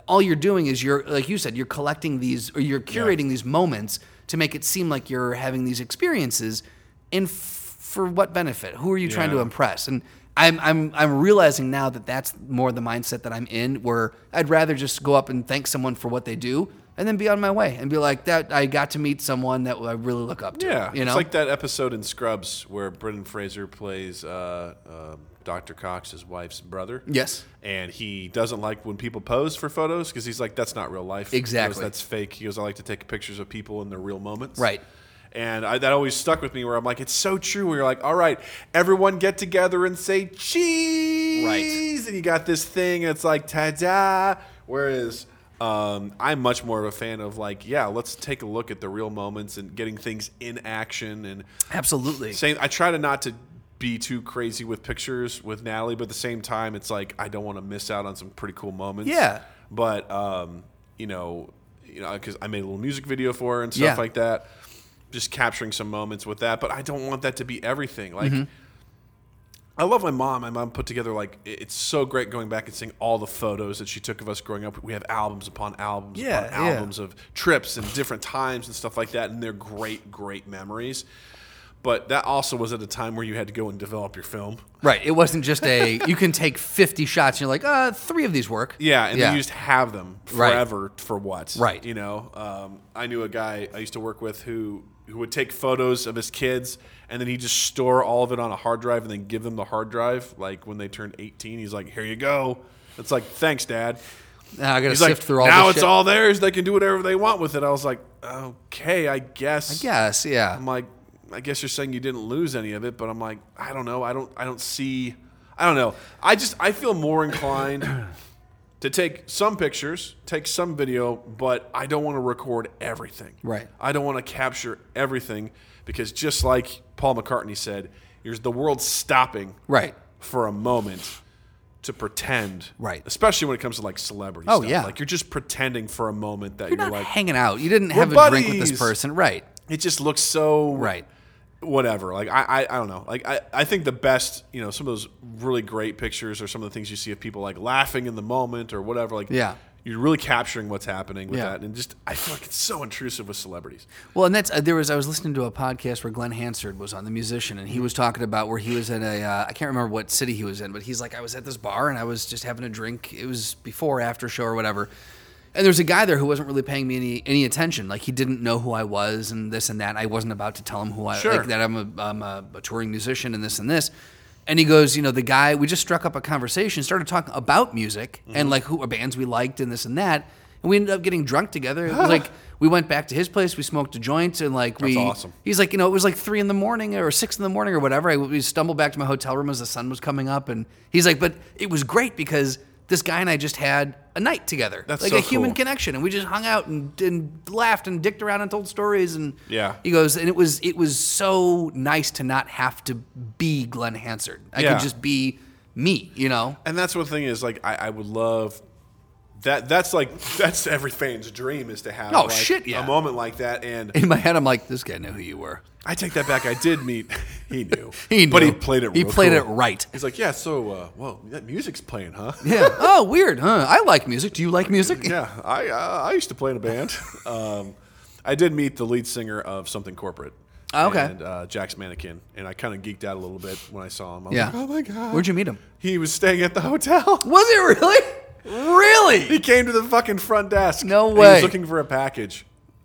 Speaker 1: all you're doing is you're like you said you're collecting these or you're curating these moments to make it seem like you're having these experiences and f- for what benefit who are you trying to
Speaker 3: Yeah.
Speaker 1: impress press. And I'm I'm I'm realizing now that that's more the mindset that I'm in, where I'd rather just go up and thank someone for what they do, and then be on my way and be like that. I got to meet someone that I really look up to.
Speaker 3: Yeah,
Speaker 1: you know,
Speaker 3: it's like that episode in Scrubs where Brendan Fraser plays uh, uh, Dr. Cox, his wife's brother.
Speaker 1: Yes.
Speaker 3: and he doesn't like when people pose for photos because he's like, "That's not real life. He goes,
Speaker 1: Exactly.
Speaker 3: that's fake." He goes, "I like to take pictures of people in their real moments."
Speaker 1: Right.
Speaker 3: And I, that always stuck with me where I'm like, it's so true. Where you're like, all right, everyone get together and say cheese. And you got this thing, and it's like, ta da. Whereas um, I'm much more of a fan of like, yeah, let's take a look at the real moments and getting things in action. And
Speaker 1: Absolutely.
Speaker 3: same, I try to not to be too crazy with pictures with Natalie, but at the same time, it's like, I don't want to miss out on some pretty cool moments.
Speaker 1: Yeah.
Speaker 3: But, um, you know, you know, because I made a little music video for her and stuff
Speaker 1: Yeah.
Speaker 3: like that. Just capturing some moments with that, but I don't want that to be everything. Like,
Speaker 1: Mm-hmm.
Speaker 3: I love my mom. My mom put together like i- it's so great going back and seeing all the photos that she took of us growing up. We have albums upon albums
Speaker 1: Yeah,
Speaker 3: upon
Speaker 1: yeah.
Speaker 3: albums of trips and different times and stuff like that, and they're great, great memories. But that also was at a time where you had to go and develop your film.
Speaker 1: Right. It wasn't just a you can take 50 shots and you're like, uh, three of these work.
Speaker 3: Yeah, and then you just have them
Speaker 1: Right.
Speaker 3: forever for what?
Speaker 1: Right.
Speaker 3: You know, um, I knew a guy I used to work with who who would take photos of his kids and then he just store all of it on a hard drive and then give them the hard drive. Like when they turned 18, he's like, "Here you go." It's like, "Thanks, Dad."
Speaker 1: Now I got to
Speaker 3: He's
Speaker 1: sift
Speaker 3: like,
Speaker 1: through all
Speaker 3: "Now
Speaker 1: this
Speaker 3: it's
Speaker 1: shit.
Speaker 3: all theirs. They can do whatever they want with it." I was like, "Okay, I guess."
Speaker 1: Yes, yeah.
Speaker 3: I'm like, I guess you're saying you didn't lose any of it, but I'm like, I don't know. I don't I don't see I don't know. I just I feel more inclined to take some pictures, take some video, but I don't want to record everything.
Speaker 1: Right.
Speaker 3: I don't want to capture everything because just like Paul McCartney said, here's the world stopping
Speaker 1: Right.
Speaker 3: for a moment to pretend.
Speaker 1: Right.
Speaker 3: Especially when it comes to like celebrity
Speaker 1: Oh,
Speaker 3: stuff.
Speaker 1: yeah.
Speaker 3: Like you're just pretending for a moment that
Speaker 1: You're
Speaker 3: you're
Speaker 1: not
Speaker 3: like
Speaker 1: hanging out. You didn't
Speaker 3: We're
Speaker 1: have a drink with this
Speaker 3: buddies.
Speaker 1: person. Right.
Speaker 3: it just looks so
Speaker 1: Right.
Speaker 3: whatever. Like I, I, I don't know. Like I, I think the best, you know, some of those really great pictures or some of the things you see of people like laughing in the moment or whatever. Like
Speaker 1: Yeah.
Speaker 3: you're really capturing what's happening with
Speaker 1: Yeah.
Speaker 3: that, and just I feel like it's so intrusive with celebrities.
Speaker 1: Well, and that's uh, there was I was listening to a podcast where Glenn Hansard was on the musician, and he was talking about where he was in a uh, I can't remember what city he was in, but he's like I was at this bar and I was just having a drink. It was before after show or whatever. And there was a guy there who wasn't really paying me any, any attention. Like he didn't know who I was and this and that. I wasn't about to tell him who I
Speaker 3: Sure.
Speaker 1: like that I'm a, I'm a, a touring musician and this and this. And he goes, you know, the guy we just struck up a conversation, started talking about music
Speaker 3: Mm-hmm.
Speaker 1: and like who bands we liked and this and that. And we ended up getting drunk together. It was like we went back to his place, we smoked a joint, and like we.
Speaker 3: awesome.
Speaker 1: He's like, you know, it was like three in the morning or six in the morning or whatever. I we stumbled back to my hotel room as the sun was coming up, and he's like, but it was great because this guy and I just had a night together,
Speaker 3: That's
Speaker 1: like
Speaker 3: so
Speaker 1: a human
Speaker 3: cool.
Speaker 1: connection, and we just hung out and, and laughed and dicked around and told stories, and
Speaker 3: Yeah.
Speaker 1: he goes, and it was it was so nice to not have to be Glenn Hansard. I
Speaker 3: Yeah.
Speaker 1: could just be me, you know.
Speaker 3: And that's one thing is like I, I would love that. That's like that's every fan's dream is to have
Speaker 1: Oh,
Speaker 3: like,
Speaker 1: shit, yeah.
Speaker 3: a moment like that. And
Speaker 1: In my head, I'm like, this guy knew who you were.
Speaker 3: I take that back. I did meet. He knew.
Speaker 1: He knew.
Speaker 3: But he played it.
Speaker 1: He
Speaker 3: real
Speaker 1: played
Speaker 3: cool.
Speaker 1: it right.
Speaker 3: He's like, yeah. So, uh, whoa, that music's playing, huh?
Speaker 1: Yeah. oh, weird, huh? I like music. Do you like music?
Speaker 3: yeah, I uh, I used to play in a band. Um, I did meet the lead singer of something corporate.
Speaker 1: Oh, okay.
Speaker 3: And uh, Jack's Mannequin, and I kind of geeked out a little bit when I saw him. I was
Speaker 1: Yeah.
Speaker 3: like, oh my god.
Speaker 1: Where'd you meet him?
Speaker 3: He was staying at the hotel.
Speaker 1: Was it really? Really?
Speaker 3: he came to the fucking front desk.
Speaker 1: No
Speaker 3: and He
Speaker 1: way.
Speaker 3: was looking for a package,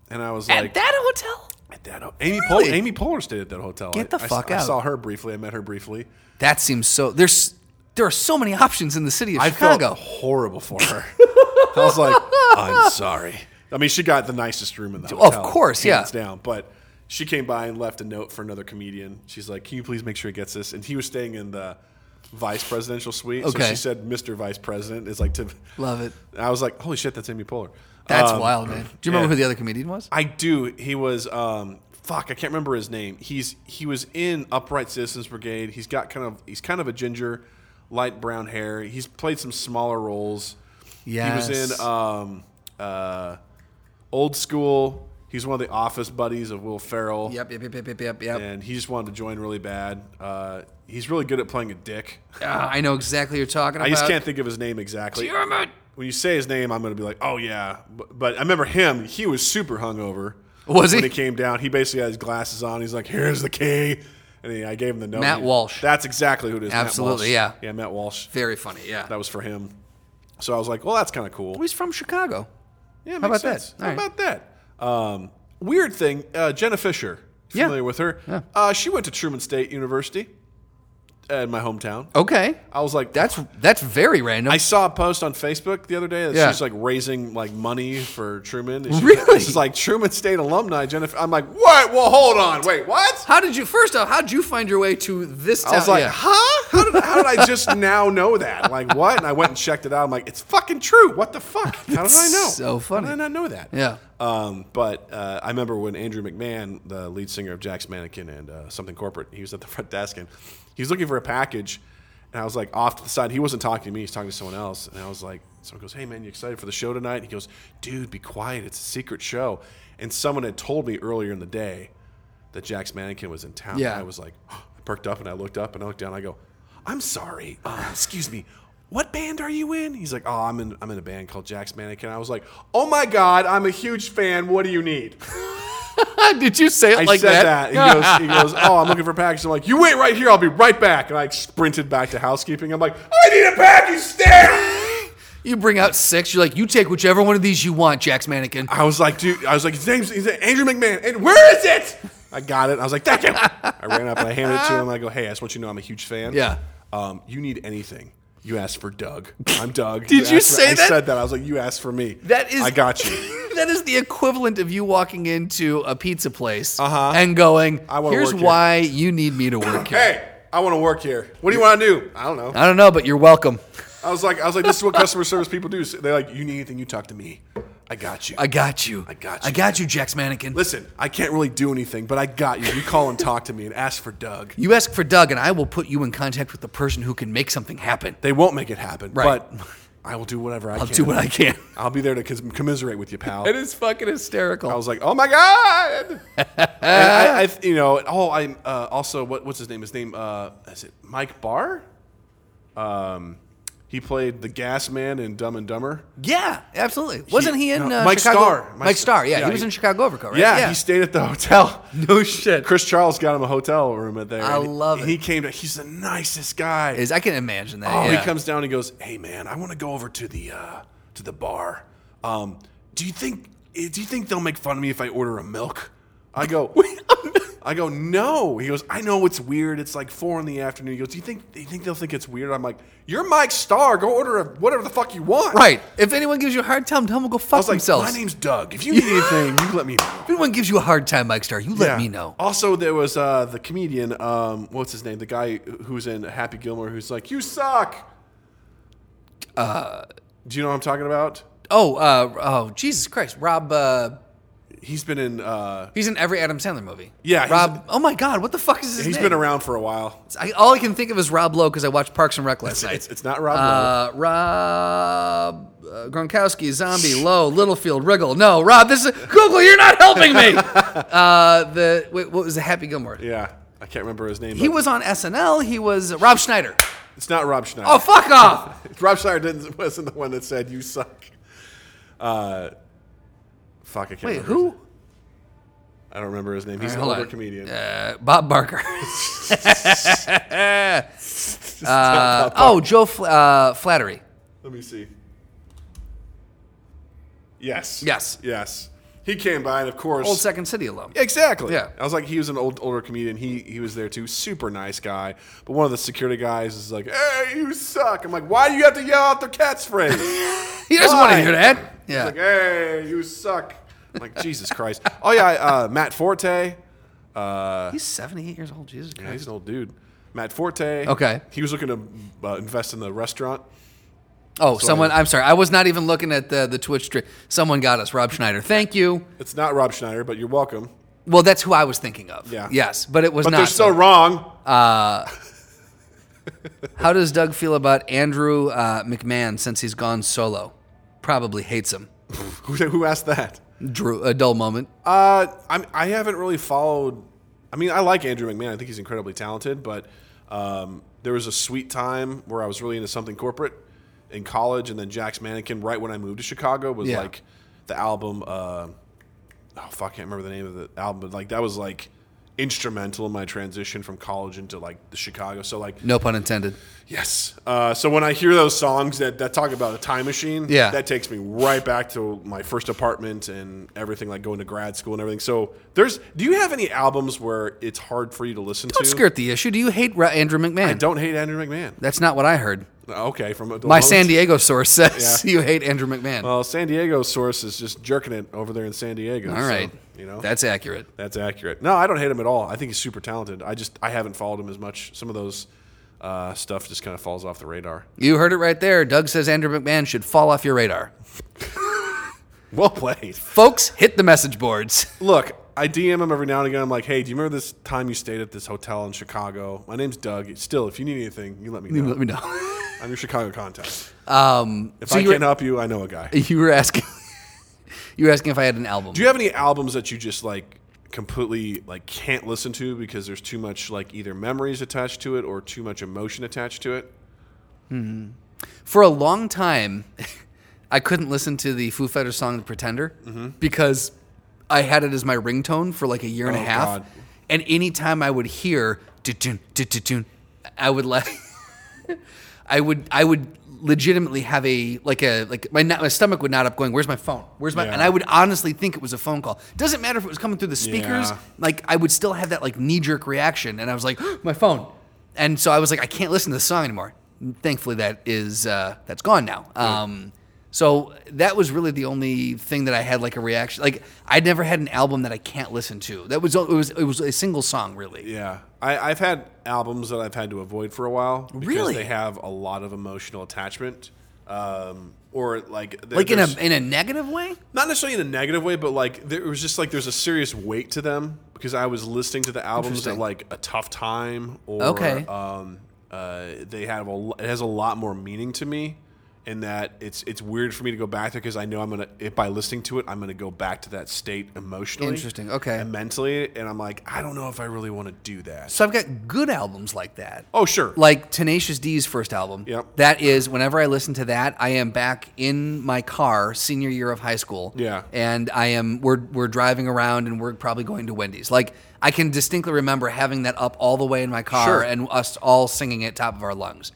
Speaker 3: and I was
Speaker 1: At
Speaker 3: like,
Speaker 1: that hotel?
Speaker 3: "At that ho- Amy
Speaker 1: Really?
Speaker 3: Pol- Amy Poehler stayed at that hotel.
Speaker 1: Get the
Speaker 3: I- I s-
Speaker 1: fuck
Speaker 3: I
Speaker 1: out.
Speaker 3: saw her briefly. I met her briefly.
Speaker 1: That seems so. There's there are so many options in the city of
Speaker 3: I felt
Speaker 1: Chicago.
Speaker 3: horrible for her. I was like, I'm sorry. I mean, she got the nicest room in the
Speaker 1: Of
Speaker 3: hotel,
Speaker 1: course, yeah.
Speaker 3: hands down. But she came by and left a note for another comedian. She's like, "Can you please make sure he gets this?" And he was staying in the vice presidential suite. So
Speaker 1: Okay.
Speaker 3: she said, "Mr. Vice President" is like to
Speaker 1: Love it.
Speaker 3: I was like, "Holy shit, that's Amy Poehler."
Speaker 1: That's
Speaker 3: Um,
Speaker 1: wild, man. Do you remember
Speaker 3: yeah.
Speaker 1: who the other comedian was?
Speaker 3: I do. He was um fuck, I can't remember his name. He's he was in Upright Citizens Brigade. He's got kind of he's kind of a ginger, light brown hair. He's played some smaller roles. He
Speaker 1: Yes.
Speaker 3: was in um uh Old School. He's one of the office buddies of Will Ferrell.
Speaker 1: Yep, yep, yep, yep, yep, yep. yep.
Speaker 3: And he just wanted to join really bad. Uh, he's really good at playing a dick.
Speaker 1: Ah, I know exactly what you're talking about.
Speaker 3: I just can't think of his name exactly.
Speaker 1: Damn it.
Speaker 3: When you say his name, I'm going to be like, oh yeah. But, but I remember him. He was super hungover.
Speaker 1: Was he?
Speaker 3: When he came down, he basically had his glasses on. He's like, here's the key. And he, I gave him the note.
Speaker 1: Matt
Speaker 3: He-
Speaker 1: Walsh.
Speaker 3: That's exactly who it is. Matt
Speaker 1: Absolutely,
Speaker 3: Walsh.
Speaker 1: yeah.
Speaker 3: Yeah, Matt Walsh.
Speaker 1: Very funny, yeah.
Speaker 3: That was for him. So I was like, well, that's kind of cool.
Speaker 1: He's from Chicago.
Speaker 3: Yeah,
Speaker 1: How about
Speaker 3: makes
Speaker 1: that?
Speaker 3: sense.
Speaker 1: All
Speaker 3: How
Speaker 1: right.
Speaker 3: about that? Um, weird thing, uh, Jenna Fisher.
Speaker 1: Yeah.
Speaker 3: Familiar with her?
Speaker 1: Yeah.
Speaker 3: Uh, she went to Truman State University. uh, in my hometown.
Speaker 1: Okay.
Speaker 3: I was like,
Speaker 1: That's that's very random.
Speaker 3: I saw a post on Facebook the other day that
Speaker 1: Yeah.
Speaker 3: she's like raising like money for Truman. And she's-
Speaker 1: Really?
Speaker 3: She's like Truman State alumni, Jennifer. I'm like, what? Well, hold on, wait, what?
Speaker 1: how did you first off, how'd you find your way to this town?
Speaker 3: I was like,
Speaker 1: Oh, Yeah.
Speaker 3: huh? How did, how did I just now know that? Like, what? And I went and checked it out. I'm like, it's fucking true. What the fuck? How did I know?
Speaker 1: So funny.
Speaker 3: How did I not know that?
Speaker 1: Yeah.
Speaker 3: Um, but uh, I remember when Andrew McMahon, the lead singer of Jack's Mannequin and uh, something corporate, he was at the front desk and he was looking for a package. And I was like, off to the side. He wasn't talking to me. He's talking to someone else. And I was like, someone goes, "Hey man, you excited for the show tonight?" And he goes, "Dude, be quiet. It's a secret show." And someone had told me earlier in the day that Jack's Mannequin was in town.
Speaker 1: Yeah.
Speaker 3: And I was like, I perked up and I looked up and I looked down. And I go, "I'm sorry. Um, excuse me." What band are you in? He's like, oh, I'm in, I'm in a band called Jack's Mannequin. I was like, oh my god, I'm a huge fan. What do you need?
Speaker 1: did you say it
Speaker 3: I
Speaker 1: like
Speaker 3: said
Speaker 1: that?
Speaker 3: that. He goes, he goes, oh, I'm looking for a package. I'm like, you wait right here. I'll be right back. And I sprinted back to housekeeping. I'm like, I need a package stamp.
Speaker 1: You bring out six. You're like, you take whichever one of these you want, Jack's mannequin.
Speaker 3: I was like, dude, I was like, his name's he's Andrew McMahon. And where is it? I got it. I was like, thank you. I ran up and I handed it to him. I go, hey, I just want you to know I'm a huge fan.
Speaker 1: Yeah.
Speaker 3: Um, you need anything. You asked for Doug. I'm Doug.
Speaker 1: Did you
Speaker 3: asked for-
Speaker 1: say
Speaker 3: I
Speaker 1: that?
Speaker 3: said that. I was like, you asked for me.
Speaker 1: That is,
Speaker 3: I got you.
Speaker 1: that is the equivalent of you walking into a pizza place and going,
Speaker 3: Uh-huh. I wanna
Speaker 1: "Here's
Speaker 3: work here."
Speaker 1: why you need me to work here."
Speaker 3: Hey, I want to work here. What do you want to do? I don't know.
Speaker 1: I don't know, but you're welcome.
Speaker 3: I was like, I was like, this is what customer service people do. So they're like, you need anything, you talk to me. I got you.
Speaker 1: I got you. I
Speaker 3: got
Speaker 1: I
Speaker 3: you.
Speaker 1: got you, Jack's mannequin.
Speaker 3: Listen, I can't really do anything, but I got you. You call and talk to me and ask for Doug.
Speaker 1: You ask for Doug, and I will put you in contact with the person who can make something happen.
Speaker 3: They won't make it happen,
Speaker 1: Right.
Speaker 3: but I will do whatever I
Speaker 1: I'll
Speaker 3: can.
Speaker 1: do what I can.
Speaker 3: I'll be there to cons- commiserate with you, pal.
Speaker 1: It is fucking hysterical.
Speaker 3: I was like, oh my god! and I, I, you know, oh, I am uh, also what, what's his name? His name uh, is it Mike Barr? Um, he played the Gas Man in Dumb and Dumber.
Speaker 1: yeah, absolutely. Wasn't he in
Speaker 3: no,
Speaker 1: uh,
Speaker 3: Mike
Speaker 1: Chicago?
Speaker 3: Starr.
Speaker 1: Mike,
Speaker 3: Mike
Speaker 1: Starr.
Speaker 3: Starr,
Speaker 1: Yeah,
Speaker 3: yeah,
Speaker 1: he was
Speaker 3: he-
Speaker 1: in Chicago Overcoat, right?
Speaker 3: Yeah, he stayed at the hotel.
Speaker 1: no shit.
Speaker 3: Chris Charles got him a hotel room at there.
Speaker 1: I
Speaker 3: and he-
Speaker 1: love it.
Speaker 3: He came to. He's the nicest guy.
Speaker 1: Is I can imagine that.
Speaker 3: Oh,
Speaker 1: yeah.
Speaker 3: he comes down and he goes, "Hey man, I want to go over to the uh, to the bar. Um, do you think eh, do you think they'll make fun of me if I order a milk?" I go, "I go no." He goes, "I know it's weird. It's like four in the afternoon." He goes, "Do you think do you think they'll think it's weird?" I'm like, "You're Mike Starr. Go order a, whatever the fuck you want."
Speaker 1: Right. If anyone gives you a hard time, tell them to go
Speaker 3: I
Speaker 1: fuck
Speaker 3: was like,
Speaker 1: themselves.
Speaker 3: "My name's Doug. If you need anything, you let me know."
Speaker 1: if anyone gives you a hard time, Mike Star, you let
Speaker 3: Yeah.
Speaker 1: me know.
Speaker 3: Also, there was uh, the comedian. Um, what's his name? The guy who's in Happy Gilmore, who's like, "You suck." Uh,
Speaker 1: Uh,
Speaker 3: do you know what I'm talking about?
Speaker 1: Oh, uh, oh, Jesus Christ, Rob. Uh,
Speaker 3: He's been in. Uh,
Speaker 1: he's in every Adam Sandler movie.
Speaker 3: Yeah, he's-
Speaker 1: Rob. Oh my God, what the fuck is his
Speaker 3: he's
Speaker 1: name?
Speaker 3: been around for a while.
Speaker 1: I, all I can think of is Rob Lowe because I watched Parks and Rec last night.
Speaker 3: It's, it's not Rob. Lowe.
Speaker 1: uh, Rob uh, Gronkowski, Zombie, Lowe, Littlefield, Riggle. No, Rob, this is Google. You're not helping me. uh, the wait, what was the Happy Gilmore?
Speaker 3: Yeah, I can't remember his name.
Speaker 1: He
Speaker 3: but
Speaker 1: was on SNL. He was Rob Schneider.
Speaker 3: It's not Rob Schneider.
Speaker 1: Oh, fuck off.
Speaker 3: Rob Schneider didn't, wasn't the one that said you suck. Uh, fuck, I can't.
Speaker 1: Wait,
Speaker 3: remember
Speaker 1: who?
Speaker 3: his- I don't remember his name. He's an
Speaker 1: Hold
Speaker 3: older
Speaker 1: on.
Speaker 3: comedian.
Speaker 1: Uh, Bob Barker. Uh, oh, Joe Fl- uh, Flattery.
Speaker 3: Let me see. Yes.
Speaker 1: Yes.
Speaker 3: Yes. He came by, and of course,
Speaker 1: Old Second City alum.
Speaker 3: Exactly.
Speaker 1: Yeah.
Speaker 3: I was like, he was an old older comedian. He he was there too. Super nice guy. But one of the security guys is like, "Hey, you suck." I'm like, "Why do you have to yell out their cat's phrase?"
Speaker 1: He doesn't want to
Speaker 3: Why?
Speaker 1: hear that.
Speaker 3: He's
Speaker 1: Yeah.
Speaker 3: like, "Hey, you suck." I'm like, "Jesus Christ." Oh yeah, I, uh, Matt Forte. Uh,
Speaker 1: He's 78 years old. Jesus
Speaker 3: yeah,
Speaker 1: Christ.
Speaker 3: he's an old dude. Matt Forte.
Speaker 1: Okay.
Speaker 3: He was looking to uh, invest in the restaurant.
Speaker 1: Oh, someone. I'm sorry. I was not even looking at the, the Twitch stream. Someone got us. Rob Schneider. Thank you.
Speaker 3: It's not Rob Schneider, but you're welcome.
Speaker 1: Well, that's who I was thinking of.
Speaker 3: Yeah.
Speaker 1: Yes, but it was
Speaker 3: But
Speaker 1: not.
Speaker 3: they're so wrong.
Speaker 1: How does Doug feel about Andrew uh, McMahon since he's gone solo? Probably hates him.
Speaker 3: who, who asked that?
Speaker 1: Drew, a dull moment.
Speaker 3: Uh, I'm, I haven't really followed. I mean, I like Andrew McMahon. I think he's incredibly talented, but um, there was a sweet time where I was really into something corporate in college, and then Jack's Mannequin, right when I moved to Chicago, was
Speaker 1: Yeah.
Speaker 3: like the album. Uh, oh fuck, I can't remember the name of the album, but like that was like instrumental in my transition from college into like the Chicago. So like
Speaker 1: No pun intended.
Speaker 3: Yes. Uh, so when I hear those songs that, that talk about a time machine,
Speaker 1: Yeah.
Speaker 3: that takes me right back to my first apartment and everything, like going to grad school and everything. So there's. Do you have any albums where it's hard for you to listen
Speaker 1: Don't
Speaker 3: to?
Speaker 1: skirt the issue. Do you hate Ra- Andrew McMahon?
Speaker 3: I don't hate Andrew McMahon.
Speaker 1: That's not what I heard.
Speaker 3: Okay, from
Speaker 1: My San Diego source says you hate Andrew McMahon.
Speaker 3: Well, San Diego source is just jerking it over there in San Diego.
Speaker 1: All right.
Speaker 3: so, you know
Speaker 1: That's accurate.
Speaker 3: That's accurate. No, I don't hate him at all. I think he's super talented. I just I haven't followed him as much. Some of those uh, stuff just kind of falls off the radar.
Speaker 1: You heard it right there. Doug says Andrew McMahon should fall off your radar.
Speaker 3: Well played.
Speaker 1: Folks, hit the message boards.
Speaker 3: Look, I DM him every now and again. I'm like, hey, do you remember this time you stayed at this hotel in Chicago? My name's Doug. Still, if you need anything, you let me know.
Speaker 1: Let me know.
Speaker 3: I'm your Chicago contact.
Speaker 1: Um,
Speaker 3: If
Speaker 1: so
Speaker 3: I
Speaker 1: you were,
Speaker 3: can't help you, I know a guy.
Speaker 1: you were asking. you were asking if I had an album.
Speaker 3: Do you have any albums that you just like completely like can't listen to because there's too much like either memories attached to it or too much emotion attached to it?
Speaker 1: For a long time, I couldn't listen to the Foo Fighters song "The Pretender"
Speaker 3: Mm-hmm.
Speaker 1: because I had it as my ringtone for like a year and a
Speaker 3: Oh,
Speaker 1: half.
Speaker 3: God.
Speaker 1: And anytime I would hear "Dun-dun, dun-dun-dun," I would like, I would, I would legitimately have a like a like my na- my stomach would not up going where's my phone where's my
Speaker 3: Yeah.
Speaker 1: and I would honestly think it was a phone call doesn't matter if it was coming through the speakers
Speaker 3: Yeah.
Speaker 1: like I would still have that like knee jerk reaction, and I was like, my phone. And so I was like, I can't listen to this song anymore. Thankfully, that is uh, that's gone now. Um, so that was really the only thing that I had like a reaction. Like I never had an album that I can't listen to. That was it was it was a single song really.
Speaker 3: Yeah, I, I've had albums that I've had to avoid for a while because
Speaker 1: Really?
Speaker 3: they have a lot of emotional attachment, um, or like there-
Speaker 1: Like in a
Speaker 3: there's-
Speaker 1: in a negative way.
Speaker 3: not necessarily in a negative way, but like there it was just like there's a serious weight to them because I was listening to the albums at
Speaker 1: Interesting.
Speaker 3: like a tough time or
Speaker 1: Okay.
Speaker 3: um, uh, they have a l- it has a lot more meaning to me in that it's it's weird for me to go back there because I know I'm gonna if by listening to it I'm gonna go back to that state emotionally,
Speaker 1: Interesting, okay.
Speaker 3: and mentally, and I'm like I don't know if I really want to do that.
Speaker 1: So I've got good albums like that.
Speaker 3: Oh sure,
Speaker 1: like Tenacious D's first album.
Speaker 3: Yep.
Speaker 1: That is whenever I listen to that, I am back in my car, senior year of high school.
Speaker 3: Yeah.
Speaker 1: And I am we're we're driving around and we're probably going to Wendy's. Like I can distinctly remember having that up all the way in my car
Speaker 3: Sure.
Speaker 1: and us all singing it top of our lungs.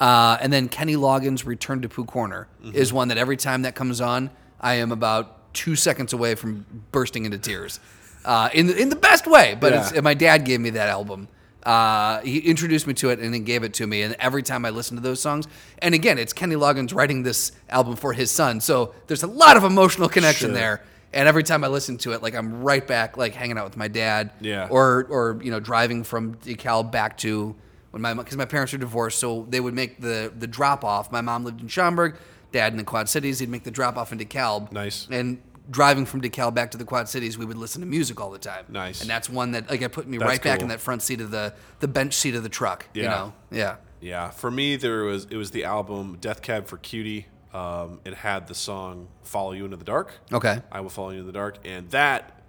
Speaker 1: Uh, and then Kenny Loggins' Return to Pooh Corner
Speaker 3: Mm-hmm.
Speaker 1: is one that every time that comes on, I am about two seconds away from bursting into tears. Uh, in the, in the best way, but
Speaker 3: Yeah.
Speaker 1: it's, my dad gave me that album. Uh, he introduced me to it and then gave it to me. And every time I listen to those songs, and again, it's Kenny Loggins writing this album for his son, so there's a lot of emotional connection
Speaker 3: Sure.
Speaker 1: there. And every time I listen to it, like I'm right back, like hanging out with my dad,
Speaker 3: Yeah.
Speaker 1: or or you know driving from DeKalb back to when my because my parents were divorced, so they would make the the drop off. My mom lived in Schaumburg, dad in the Quad Cities. He'd make the drop off in DeKalb.
Speaker 3: Nice.
Speaker 1: And driving from DeKalb back to the Quad Cities, we would listen to music all the time.
Speaker 3: Nice.
Speaker 1: And that's one that like it put me
Speaker 3: That's
Speaker 1: right back
Speaker 3: cool.
Speaker 1: in that front seat of the the bench seat of the truck. You
Speaker 3: Yeah.
Speaker 1: know. Yeah.
Speaker 3: Yeah, for me there was it was the album Death Cab for Cutie. Um, it had the song "Follow You into the Dark."
Speaker 1: Okay.
Speaker 3: I will follow you into the dark, and that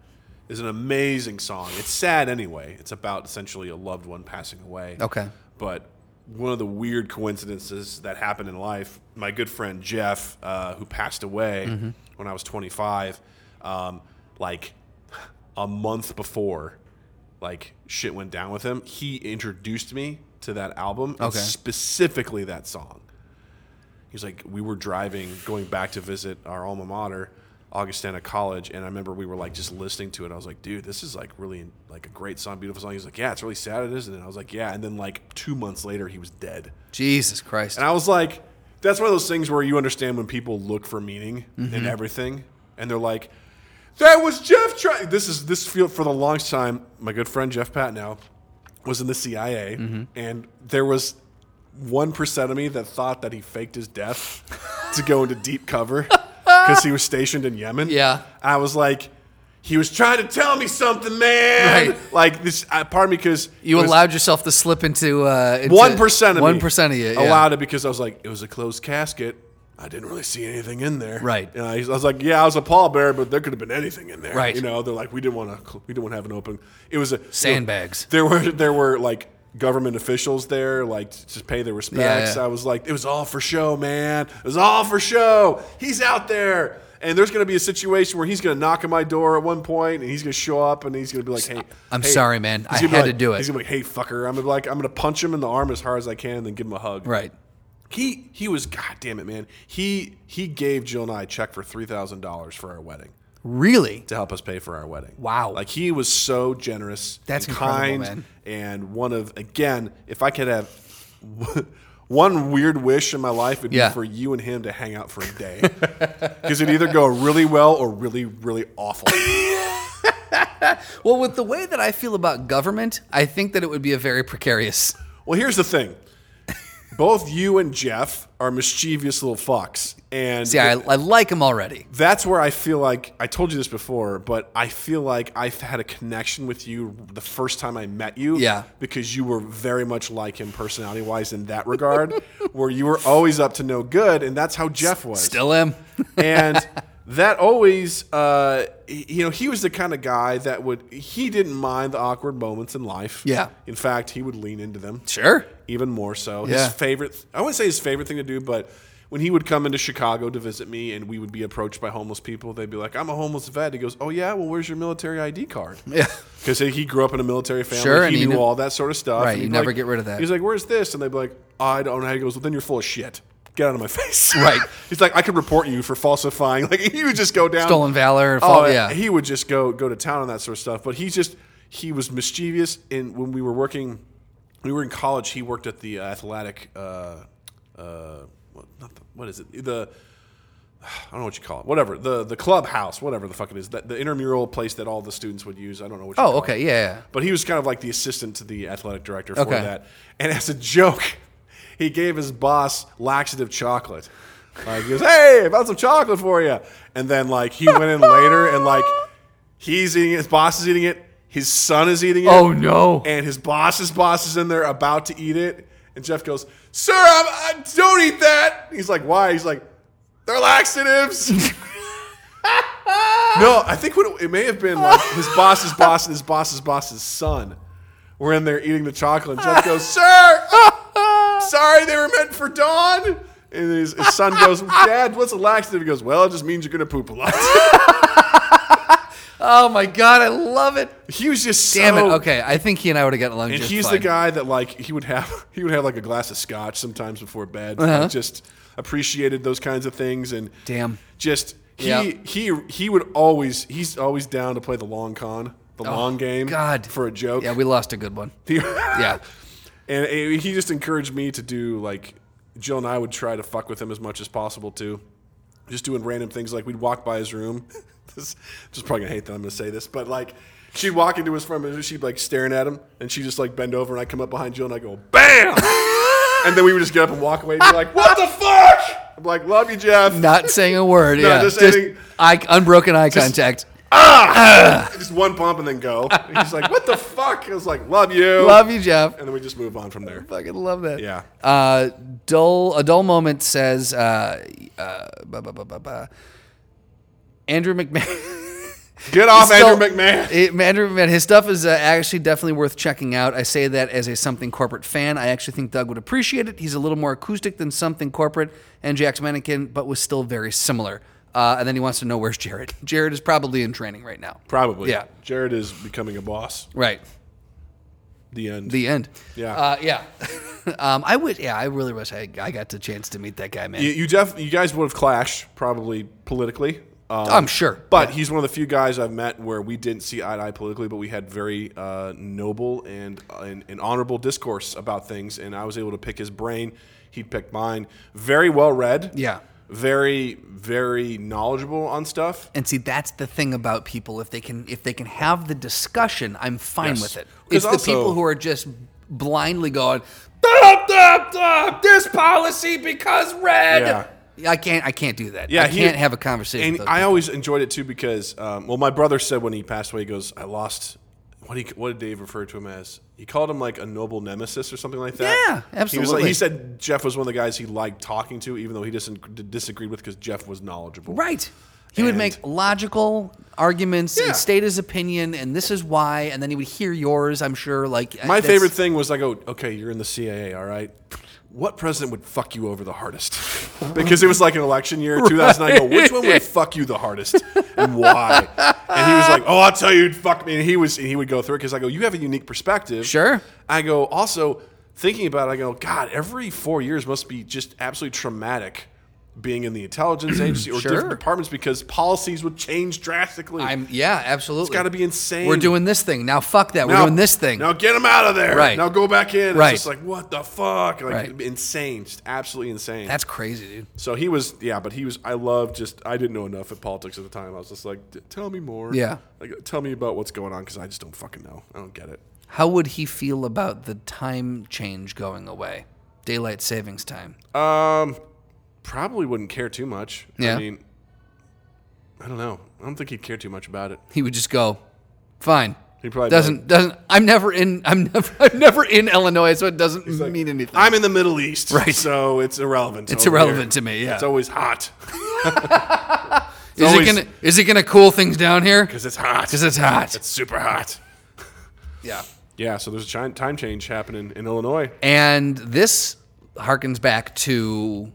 Speaker 3: is an amazing song. It's sad anyway. It's about essentially a loved one passing away.
Speaker 1: Okay.
Speaker 3: but one of the weird coincidences that happened in life, my good friend Jeff, uh, who passed away when I was 25, um, like a month before, like shit went down with him. He introduced me to that album, and
Speaker 1: Okay.
Speaker 3: specifically that song. He's like, we were driving, going back to visit our alma mater, Augustana College, and I remember we were like just listening to it. I was like, dude, this is like really like a great song, beautiful song. He's like, yeah, it's really sad, it isn't it? I was like, yeah. And then like two months later, he was dead,
Speaker 1: Jesus Christ.
Speaker 3: and I was like, that's one of those things where you understand when people look for meaning
Speaker 1: Mm-hmm.
Speaker 3: in everything, and they're like, that was Jeff. Try this is this field for the longest time. My good friend Jeff Patnow was in the CIA,
Speaker 1: Mm-hmm.
Speaker 3: and there was one percent of me that thought that he faked his death to go into deep cover because he was stationed in Yemen.
Speaker 1: Yeah.
Speaker 3: I was like, he was trying to tell me something, man.
Speaker 1: Right.
Speaker 3: Like this, uh, pardon me, because
Speaker 1: you allowed yourself to slip into uh, into-
Speaker 3: one percent of me.
Speaker 1: one percent of you yeah.
Speaker 3: allowed it because I was like, it was a closed casket. I didn't really see anything in there.
Speaker 1: Right.
Speaker 3: And I, I was like, yeah, I was a pallbearer, but there could have been anything in there.
Speaker 1: Right.
Speaker 3: You know, they're like, we didn't want to. We didn't want to have an open. It was a
Speaker 1: Sandbags.
Speaker 3: There were there were like government officials there, like to pay their respects.
Speaker 1: Yeah, yeah.
Speaker 3: I was like, it was all for show, man. It was all for show. He's out there. And there's going to be a situation where he's going to knock on my door at one point, and he's going to show up, and he's going to be like, "Hey,
Speaker 1: I'm
Speaker 3: hey."
Speaker 1: sorry, man.
Speaker 3: He's
Speaker 1: I
Speaker 3: gonna be
Speaker 1: had
Speaker 3: like-
Speaker 1: to do it.
Speaker 3: He's going to be like, "Hey, fucker!" I'm going to be like, I'm going to punch him in the arm as hard as I can, and then give him a hug.
Speaker 1: Right.
Speaker 3: He he was God damn it, man. He he gave Jill and I a check for three thousand dollars for our wedding
Speaker 1: Really?
Speaker 3: to help us pay for our wedding.
Speaker 1: Wow.
Speaker 3: Like he was so generous.
Speaker 1: That's
Speaker 3: and
Speaker 1: incredible,
Speaker 3: kind.
Speaker 1: man.
Speaker 3: And one of again, if I could have one weird wish in my life would
Speaker 1: Yeah.
Speaker 3: be for you and him to hang out for a day, because it'd either go really well or really really awful.
Speaker 1: Well, with the way that I feel about government, I think that it would be a very precarious.
Speaker 3: Well, here's the thing. Both you and Jeff are mischievous little fucks, and
Speaker 1: See, I, I like him already.
Speaker 3: that's where I feel like I told you this before, but I feel like I've had a connection with you the first time I met you.
Speaker 1: Yeah.
Speaker 3: Because you were very much like him personality wise in that regard, where you were always up to no good, and that's how Jeff was.
Speaker 1: Still am.
Speaker 3: and that always, uh, y- you know, he was the kind of guy that would, he didn't mind the awkward moments in life.
Speaker 1: Yeah.
Speaker 3: In fact, he would lean into them
Speaker 1: Sure.
Speaker 3: even more so.
Speaker 1: Yeah.
Speaker 3: His favorite, I wouldn't say his favorite thing to do, but when he would come into Chicago to visit me and we would be approached by homeless people, they'd be like, I'm a homeless vet. He goes, Oh, yeah, well, where's your military ID card?
Speaker 1: Yeah.
Speaker 3: Because he grew up in a military family.
Speaker 1: Sure,
Speaker 3: he
Speaker 1: and he
Speaker 3: knew
Speaker 1: knew-
Speaker 3: all that sort of stuff.
Speaker 1: Right,
Speaker 3: And
Speaker 1: you
Speaker 3: he'd be
Speaker 1: never
Speaker 3: like-
Speaker 1: get rid of that.
Speaker 3: He's like, Where's this? And they'd be like, I don't know. He goes, Well, then you're full of shit. Get out of my face.
Speaker 1: Right.
Speaker 3: he's like, I could report you for falsifying. Like, he would just go down.
Speaker 1: Stolen valor. Fall, yeah.
Speaker 3: Oh, He would just go go to town on that sort of stuff. But he's just he was mischievous. And when we were working, we were in college. He worked at the uh, athletic. Uh, uh, what, not the, what is it? The I don't know what you call it. Whatever the the clubhouse, whatever the fuck it is, that the intramural place that all the students would use. I don't know what. You
Speaker 1: oh,
Speaker 3: call
Speaker 1: okay. Yeah.
Speaker 3: It.
Speaker 1: yeah.
Speaker 3: But he was kind of like the assistant to the athletic director for
Speaker 1: Okay.
Speaker 3: that. And as a joke, he gave his boss laxative chocolate. Like, he goes, "Hey, I found some chocolate for you." And then like he went in later and like he's eating it, his boss is eating it, his son is eating it.
Speaker 1: Oh, no.
Speaker 3: And his boss's boss is in there about to eat it, and Jeff goes, "Sir, I'm, I don't eat that." He's like, "Why?" He's like, "They're laxatives." no, I think what it, it may have been like his boss's boss and his boss's boss's son were in there eating the chocolate. And Jeff goes, "Sir, sorry, they were meant for Dawn." And his, his son goes, "Dad, what's a laxative?" He goes, "Well, it just means you're gonna poop a lot."
Speaker 1: Oh my god, I love it.
Speaker 3: he was just
Speaker 1: Damn
Speaker 3: so
Speaker 1: it. Okay, I think he and I would have gotten along.
Speaker 3: Oh. and
Speaker 1: just
Speaker 3: he's the
Speaker 1: fine.
Speaker 3: guy that like he would have he would have like a glass of scotch sometimes before bed. He just appreciated those kinds of things and
Speaker 1: Uh-huh. Damn.
Speaker 3: just he
Speaker 1: Yeah.
Speaker 3: he he would always he's always down to play the long con, the long game,
Speaker 1: Oh, God.
Speaker 3: for a joke.
Speaker 1: Yeah, we lost a good one. Yeah.
Speaker 3: and it- he just encouraged me to do like Jill and I would try to fuck with him as much as possible too. Just doing random things like we'd walk by his room. this, just probably gonna hate that I'm gonna say this, but like she'd walk into his front and she'd be, like staring at him, and she would just like bend over and I come up behind Jill and I go bam, and then we would just get up and walk away and be like, what the fuck? I'm like, love you, Jeff.
Speaker 1: Not saying a word.
Speaker 3: No,
Speaker 1: yeah.
Speaker 3: just
Speaker 1: Just,
Speaker 3: saying-
Speaker 1: eye, unbroken eye contact.
Speaker 3: Just one bump and then go. And he's like, what the fuck? I was like, love you,
Speaker 1: Love you, Jeff.
Speaker 3: and then we just move on from there.
Speaker 1: Fucking love that.
Speaker 3: Oh. Yeah.
Speaker 1: Uh, dull. A dull moment says. Uh, uh, ba, ba, ba, ba, ba. Andrew McMahon.
Speaker 3: Get off,
Speaker 1: Still-
Speaker 3: Andrew McMahon.
Speaker 1: It- eh, Andrew McMahon. His stuff is uh, actually definitely worth checking out. I say that as a something corporate fan. I actually think Doug would appreciate it. He's a little more acoustic than something corporate and Jack's Mannequin, but was still very similar. Uh, and then he wants to know where's Jared. Jared is probably in training right now.
Speaker 3: Probably.
Speaker 1: Yeah.
Speaker 3: Jared is becoming a boss.
Speaker 1: Right.
Speaker 3: The end.
Speaker 1: The end.
Speaker 3: Yeah.
Speaker 1: Uh, yeah. um, I would. Yeah. I really wish I, I got the chance to meet that guy, man.
Speaker 3: you, you def you guys would have clashed probably politically. Um,
Speaker 1: I'm sure.
Speaker 3: But he's one of the few guys I've met where we didn't see eye to eye politically, but we had very uh, noble and, and and honorable discourse about things, and I was able to pick his brain. He picked mine. Very well read.
Speaker 1: Yeah.
Speaker 3: Very very knowledgeable on stuff.
Speaker 1: And see, that's the thing about people. If they can, if they can have the discussion, I'm fine
Speaker 3: Yes.
Speaker 1: with it.
Speaker 3: 'Cause
Speaker 1: It's the
Speaker 3: also-
Speaker 1: people who are just blindly going, "Duh, duh, duh, this policy because red. I can't. I can't do that. I
Speaker 3: he-
Speaker 1: can't have a conversation.
Speaker 3: And
Speaker 1: with those
Speaker 3: I
Speaker 1: people.
Speaker 3: always enjoyed it too because, um, well, my brother said when he passed away, he goes, "I lost." What he what did Dave refer to him as? He called him like a noble nemesis or something like that.
Speaker 1: Yeah,
Speaker 3: He, was like,
Speaker 1: absolutely.
Speaker 3: he said Jeff was one of the guys he liked talking to, even though he dis- disagreed with because Jeff was knowledgeable.
Speaker 1: right. He would
Speaker 3: And-
Speaker 1: make logical arguments
Speaker 3: Yeah.
Speaker 1: and state his opinion, and this is why, and then he would hear yours. I'm sure. Like
Speaker 3: My
Speaker 1: that's-
Speaker 3: favorite thing was I go, okay, you're in the CIA, all right? what president would fuck you over the hardest? because it was like an election year, 2009. I go, Which one would fuck you the hardest and why? and he was like, oh, I'll tell you, who'd fuck me. And he was, and he would go through it because I go, you have a unique perspective.
Speaker 1: Sure.
Speaker 3: I go, also thinking about it, I go, God, every four years must be just absolutely traumatic being in the intelligence agency or
Speaker 1: Sure.
Speaker 3: different departments because policies would change drastically.
Speaker 1: I'm yeah, absolutely.
Speaker 3: it's got to be insane.
Speaker 1: We're doing this thing now. Fuck that. We're doing this thing.
Speaker 3: Now get him out of there.
Speaker 1: Right.
Speaker 3: Now go back in.
Speaker 1: Right.
Speaker 3: It's just like what the fuck? Like
Speaker 1: Right.
Speaker 3: insane. Just absolutely insane.
Speaker 1: That's crazy, dude.
Speaker 3: so he was yeah, but he was I love just I didn't know enough at politics at the time. I was just like, "D- tell me more.
Speaker 1: Yeah.
Speaker 3: Like tell me about what's going on because I just don't fucking know. I don't get it.
Speaker 1: How would he feel about the time change going away? Daylight savings time.
Speaker 3: Um probably wouldn't care too much.
Speaker 1: Yeah.
Speaker 3: I mean I don't know. I don't think he'd care too much about it.
Speaker 1: He would just go, fine.
Speaker 3: He probably
Speaker 1: doesn't doesn't. I'm never in. I'm never. I'm never in Illinois, so it doesn't
Speaker 3: like,
Speaker 1: mean anything.
Speaker 3: I'm in the Middle East.
Speaker 1: Right.
Speaker 3: So it's irrelevant.
Speaker 1: it's
Speaker 3: over here.
Speaker 1: irrelevant to me. Yeah.
Speaker 3: It's always hot.
Speaker 1: is
Speaker 3: always-
Speaker 1: it gonna is it gonna cool things down here?
Speaker 3: Because it's hot.
Speaker 1: Because it's hot.
Speaker 3: It's super hot.
Speaker 1: yeah.
Speaker 3: Yeah, so there's a chi- time change happening in Illinois.
Speaker 1: And this harkens back to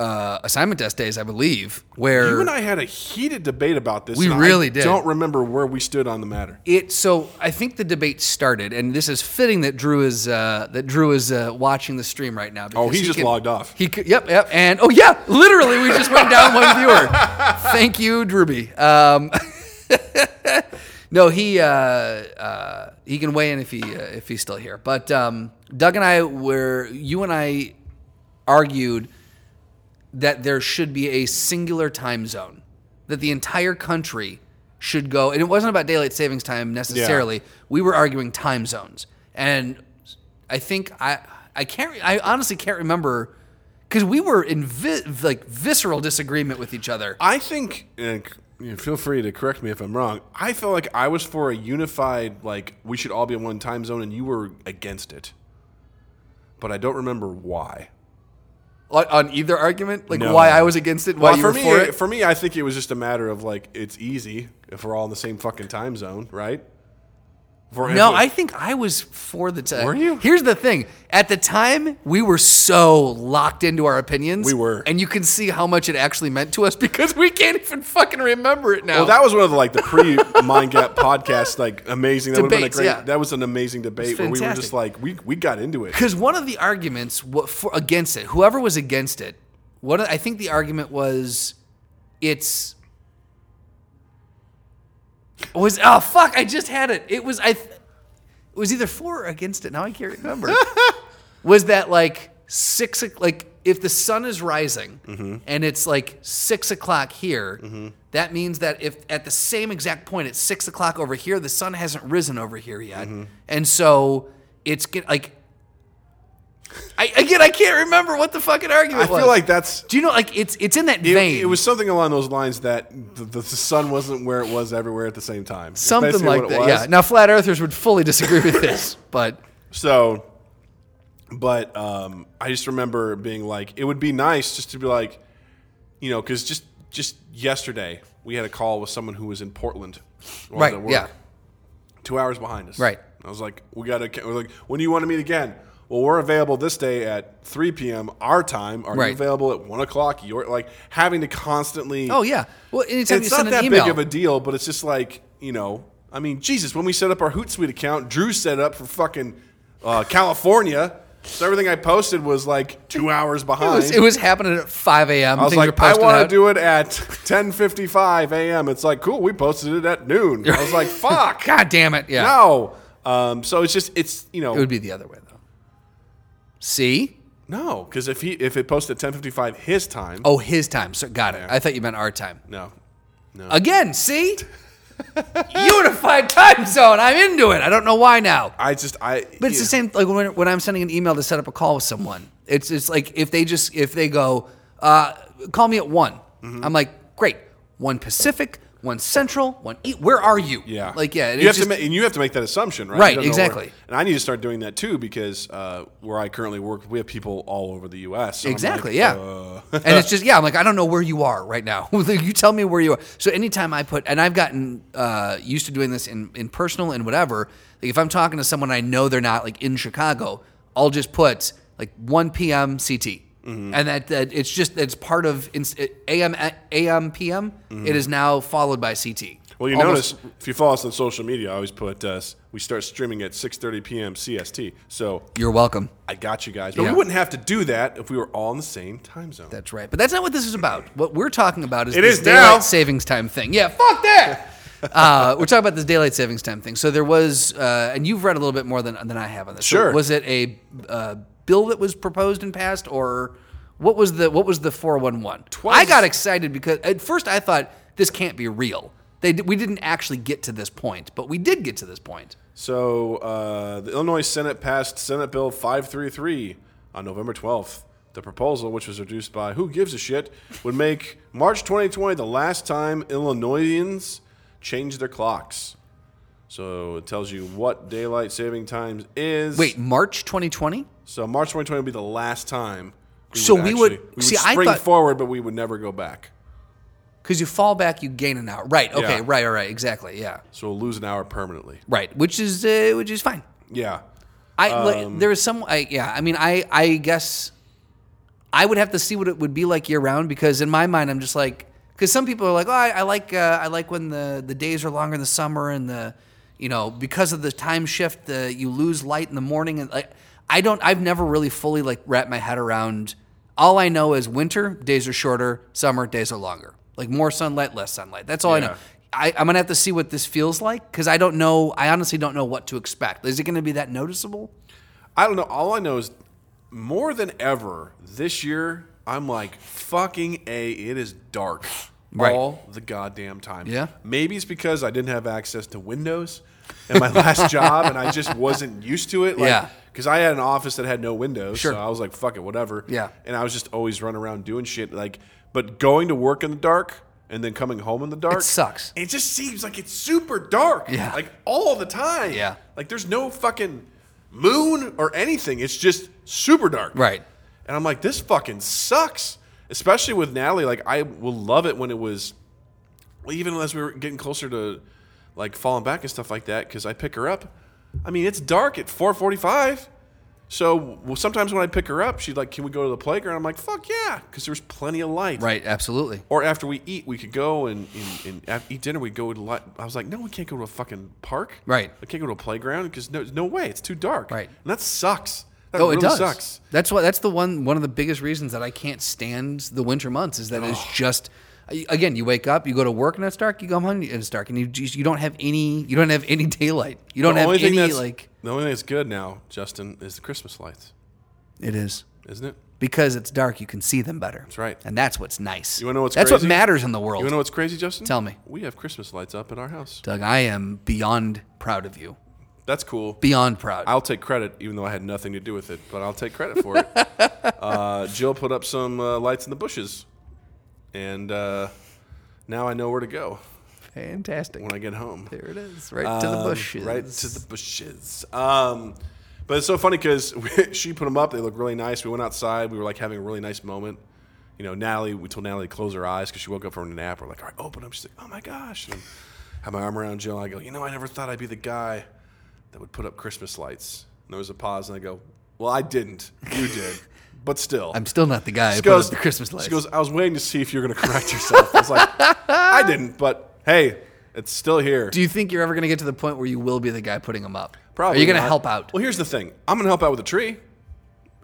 Speaker 1: uh, assignment test days, I believe, where
Speaker 3: You and I had a heated debate about this.
Speaker 1: We
Speaker 3: and I
Speaker 1: really did.
Speaker 3: Don't remember where we stood on the matter.
Speaker 1: it so I think the debate started, and this is fitting that Drew is uh, that Drew is uh, watching the stream right now.
Speaker 3: Oh,
Speaker 1: because
Speaker 3: he, just
Speaker 1: can-
Speaker 3: logged off.
Speaker 1: He could, yep yep and oh yeah, literally we just went down one viewer. Thank you, Drewby. Um, no, he uh, uh, he can weigh in if he uh, if he's still here. But um, Doug and I were you and I argued that there should be a singular time zone, that the entire country should go. And it wasn't about daylight savings time necessarily. We were arguing time zones, and I think I I can't re- I honestly can't remember because we were in vi- like visceral disagreement with each other.
Speaker 3: I think, and c- you know, feel free to correct me if I'm wrong, I felt like I was for a unified, like, we should all be in one time zone, and you were against it. But I don't remember why.
Speaker 1: on, on either argument, like
Speaker 3: No.
Speaker 1: why I was against it, why
Speaker 3: Well,
Speaker 1: you
Speaker 3: for
Speaker 1: were
Speaker 3: me,
Speaker 1: for it.
Speaker 3: for me, I think it was just a matter of like it's easy if we're all in the same fucking time zone, right? For
Speaker 1: No, I think I was for the time.
Speaker 3: Were you?
Speaker 1: Here's the thing: at the time, we were so locked into our opinions.
Speaker 3: We were.
Speaker 1: and you can see how much it actually meant to us because we can't even fucking remember it now.
Speaker 3: Well, that was one of the, like the pre Mind Gap podcast, like amazing. That would have been a
Speaker 1: Debates,
Speaker 3: great.
Speaker 1: yeah.
Speaker 3: That was an amazing debate where we were just
Speaker 1: fantastic.
Speaker 3: like we we got into it.
Speaker 1: because one of the arguments wa- for, against it, whoever was against it, what I think the argument was, it's was oh fuck, I just had it. It was I, th- it was either for or against it. Now I can't remember. was that like six o- like if the sun is rising
Speaker 3: Mm-hmm.
Speaker 1: and it's like six o'clock here that means that if at the same exact point it's six o'clock over here the sun hasn't risen over here yet
Speaker 3: Mm-hmm.
Speaker 1: and so it's get, like I, again i can't remember what the fucking argument
Speaker 3: I
Speaker 1: was
Speaker 3: feel like that's
Speaker 1: do you know like it's it's in that
Speaker 3: it,
Speaker 1: vein
Speaker 3: it was something along those lines that the, the sun wasn't where it was everywhere at the same time. It's
Speaker 1: something
Speaker 3: basically
Speaker 1: like
Speaker 3: what it
Speaker 1: that
Speaker 3: was.
Speaker 1: yeah now flat earthers would fully disagree with this but
Speaker 3: So, but um, I just remember being like, it would be nice just to be like, you know, because just just yesterday we had a call with someone who was in Portland, while
Speaker 1: Right,
Speaker 3: at work,
Speaker 1: yeah.
Speaker 3: two hours behind us.
Speaker 1: Right.
Speaker 3: I was like, we gotta. We're like, when do you want to meet again? Well, we're available this day at 3 p.m. our time. Are
Speaker 1: Right.
Speaker 3: you available at one o'clock? Your like having to constantly.
Speaker 1: oh yeah well anytime you
Speaker 3: it's
Speaker 1: send
Speaker 3: not that
Speaker 1: an email
Speaker 3: big of a deal, but it's just like you know. I mean, Jesus, when we set up our Hootsuite account, Drew set it up for fucking uh, California, so everything I posted was like two hours
Speaker 1: it
Speaker 3: behind.
Speaker 1: was, it was happening at 5 a.m.
Speaker 3: I was
Speaker 1: Things were
Speaker 3: like, I
Speaker 1: posted
Speaker 3: want
Speaker 1: out.
Speaker 3: to do it at 10:55 a.m. It's like, cool, we posted it at noon. I was like, fuck,
Speaker 1: God damn it. Yeah.
Speaker 3: no. Um, so it's just it's you know
Speaker 1: It would be the other way, though. See?
Speaker 3: no because if he if it posted at 10:55 his time,
Speaker 1: Oh, his time. So, got it. I thought you meant our time.
Speaker 3: no,
Speaker 1: Again, see? Unified time zone. I'm into it. I don't know why now.
Speaker 3: I just I
Speaker 1: But it's the same like when, when I'm sending an email to set up a call with someone. It's it's like if they just if they go, uh, call me at one.
Speaker 3: Mm-hmm.
Speaker 1: I'm like, great. One Pacific, one Central, one. E- Where are you?
Speaker 3: Yeah,
Speaker 1: Like yeah.
Speaker 3: you
Speaker 1: it's
Speaker 3: have
Speaker 1: just-
Speaker 3: to make, and you have to make that assumption, right? You
Speaker 1: Right,
Speaker 3: don't know
Speaker 1: exactly.
Speaker 3: where- and I need to start doing that too because uh, where I currently work, we have people all over the U.S. so I'm like,
Speaker 1: Exactly, yeah.
Speaker 3: uh,
Speaker 1: and it's just yeah i'm like i don't know where you are right now you tell me where you are so anytime i put and i've gotten uh, used to doing this in, in personal and whatever like if i'm talking to someone i know they're not like in chicago i'll just put like 1 p.m. CT.
Speaker 3: Mm-hmm.
Speaker 1: And that, that it's just it's part of it's AM AM PM. it is now followed by CT.
Speaker 3: Mm-hmm. Well, you
Speaker 1: Almost-
Speaker 3: notice if you follow us on social media, I always put uh, we start streaming at 6:30 p.m. CST. So
Speaker 1: you're welcome.
Speaker 3: I got you guys, but
Speaker 1: Yeah.
Speaker 3: we wouldn't have to do that if we were all in the same time zone.
Speaker 1: That's right. But that's not what this is about. What we're talking about is
Speaker 3: It
Speaker 1: this
Speaker 3: is now.
Speaker 1: daylight savings time thing. Yeah, fuck that. uh, we're talking about this daylight savings time thing. So there was, uh, and you've read a little bit more than than I have on this. So
Speaker 3: Sure.
Speaker 1: was it a uh, bill that was proposed and passed, or what was the what was the four one one? I got excited because at first I thought this can't be real. They d- we didn't actually get to this point, but we did get to this point.
Speaker 3: So uh, the Illinois Senate passed Senate Bill 533 on November 12th. The proposal, which was reduced by who gives a shit, would make March 2020 the last time Illinoisans change their clocks. So it tells you what daylight saving times is.
Speaker 1: Wait, March 2020.
Speaker 3: So March 2020 would be the last time. We
Speaker 1: So we would-
Speaker 3: we
Speaker 1: see, I
Speaker 3: spring
Speaker 1: thought-
Speaker 3: forward, but we would never go back.
Speaker 1: Because you fall back, you gain an hour. Right. Okay.
Speaker 3: Yeah.
Speaker 1: Right. All right. Exactly. Yeah.
Speaker 3: So we'll lose an hour permanently.
Speaker 1: Right. Which is uh, which is fine.
Speaker 3: Yeah.
Speaker 1: I like, there is some I, yeah. I mean, I I guess I would have to see what it would be like year round because in my mind I'm just like because some people are like oh I, I like uh, I like when the the days are longer in the summer and the you know because of the time shift the you lose light in the morning and like I don't I've never really fully like wrapped my head around. All I know is winter days are shorter, summer days are longer. Like more sunlight, less sunlight. That's all I know.
Speaker 3: Yeah.
Speaker 1: I, I'm gonna have to see what this feels like because I don't know. I honestly don't know what to expect. Is it gonna be that noticeable?
Speaker 3: I don't know. All I know is more than ever this year, I'm like, fucking A, it is dark
Speaker 1: Right.
Speaker 3: all the goddamn time.
Speaker 1: Yeah.
Speaker 3: Maybe it's because I didn't have access to Windows in my last job and I just wasn't used to it. Like,
Speaker 1: Yeah.
Speaker 3: Because I had an office that had no windows.
Speaker 1: Sure.
Speaker 3: So I was like, fuck it, whatever.
Speaker 1: Yeah.
Speaker 3: And I was just always running around doing shit. Like, but going to work in the dark and then coming home in the dark
Speaker 1: It sucks.
Speaker 3: it just seems like it's super dark.
Speaker 1: Yeah.
Speaker 3: Like all the time.
Speaker 1: Yeah.
Speaker 3: Like there's no fucking moon or anything. It's just super dark.
Speaker 1: Right.
Speaker 3: And I'm like, this fucking sucks. Especially with Natalie. Like I will love it when it was well, even as we were getting closer to like falling back and stuff like that, because I pick her up. I mean, it's dark at four forty five. So well, sometimes when I pick her up, she's like, "Can we go to the playground?" I'm like, "Fuck yeah!" Because there's plenty of light.
Speaker 1: Right. Absolutely.
Speaker 3: Or after we eat, we could go and, and, and af- eat dinner. We go to. Li- I was like, no, we can't go to a fucking park.
Speaker 1: Right.
Speaker 3: I can't go to a playground because no, no way, it's too dark.
Speaker 1: Right.
Speaker 3: And that sucks. That
Speaker 1: oh,
Speaker 3: really
Speaker 1: it does.
Speaker 3: sucks.
Speaker 1: That's what. That's the one. One of the biggest reasons that I can't stand the winter months is that it's just. Again, you wake up, you go to work and it's dark. You go home and it's dark, and you just, you don't have any you don't have any daylight. You don't
Speaker 3: The
Speaker 1: have
Speaker 3: only thing
Speaker 1: any
Speaker 3: that's
Speaker 1: like
Speaker 3: the only thing that's good now, Justin, is the Christmas lights,
Speaker 1: it is
Speaker 3: isn't it?
Speaker 1: because it's dark. You can see them better. That's
Speaker 3: right.
Speaker 1: and that's what's nice.
Speaker 3: You wanna know what's
Speaker 1: that's
Speaker 3: crazy?
Speaker 1: what matters in the
Speaker 3: You
Speaker 1: world.
Speaker 3: wanna know what's crazy, Justin?
Speaker 1: Tell me.
Speaker 3: We have Christmas lights up at our house.
Speaker 1: Doug, I am beyond proud of you.
Speaker 3: That's cool.
Speaker 1: Beyond proud.
Speaker 3: I'll take credit, even though I had nothing to do with it, but I'll take credit for it. uh, Jill put up some uh, lights in the bushes, and uh, now I know where to go
Speaker 1: Fantastic.
Speaker 3: when I get home.
Speaker 1: there it is, right to the
Speaker 3: Um,
Speaker 1: bushes.
Speaker 3: Right to the bushes. Um, but it's so funny because she put them up. They look really nice. We went outside. We were like having a really nice moment. You know, Natalie, we told Natalie to close her eyes because she woke up from a nap. We're like, all right, open them. She's like, oh my gosh. And I had my arm around Jill. And I go, you know, I never thought I'd be the guy that would put up Christmas lights. And there was a pause, and I go, well, I didn't. You did. But still.
Speaker 1: I'm still not the guy who
Speaker 3: She
Speaker 1: put up
Speaker 3: goes,
Speaker 1: the Christmas lights.
Speaker 3: She goes, I was waiting to see if you were going to correct yourself. I was like, I didn't, but hey, it's still here.
Speaker 1: Do you think you're ever going to get to the point where you will be the guy putting them up?
Speaker 3: Probably.
Speaker 1: Are you going to
Speaker 3: not.
Speaker 1: help out?
Speaker 3: Well, here's the thing. I'm going to help out with a tree.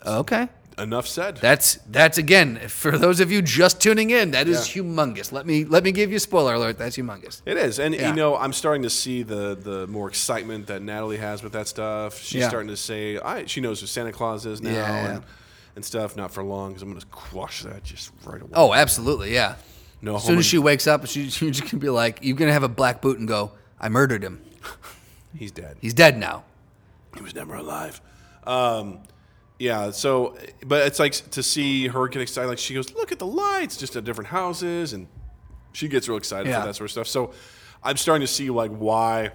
Speaker 1: Okay.
Speaker 3: Enough said.
Speaker 1: That's that's again for those of you just tuning in. That is
Speaker 3: Yeah.
Speaker 1: humongous. Let me let me give you spoiler alert. That's humongous.
Speaker 3: it is, and
Speaker 1: Yeah.
Speaker 3: you know, I'm starting to see the the more excitement that Natalie has with that stuff. She's
Speaker 1: Yeah.
Speaker 3: starting to say, "I." She knows who Santa Claus is now,
Speaker 1: Yeah, yeah.
Speaker 3: and and stuff. Not for long, because I'm going to quash that just right away.
Speaker 1: Oh, absolutely. Yeah.
Speaker 3: no!
Speaker 1: As soon
Speaker 3: homo-
Speaker 1: as she wakes up, she, she's going to be like, "You're going to have a black boot and go, I murdered him.
Speaker 3: he's dead.
Speaker 1: He's dead now."
Speaker 3: he was never alive. Um, yeah, so but it's like to see her get excited. Like she goes, look at the lights, just at different houses, and she gets real excited
Speaker 1: Yeah.
Speaker 3: for that sort of stuff. So I'm starting to see like why,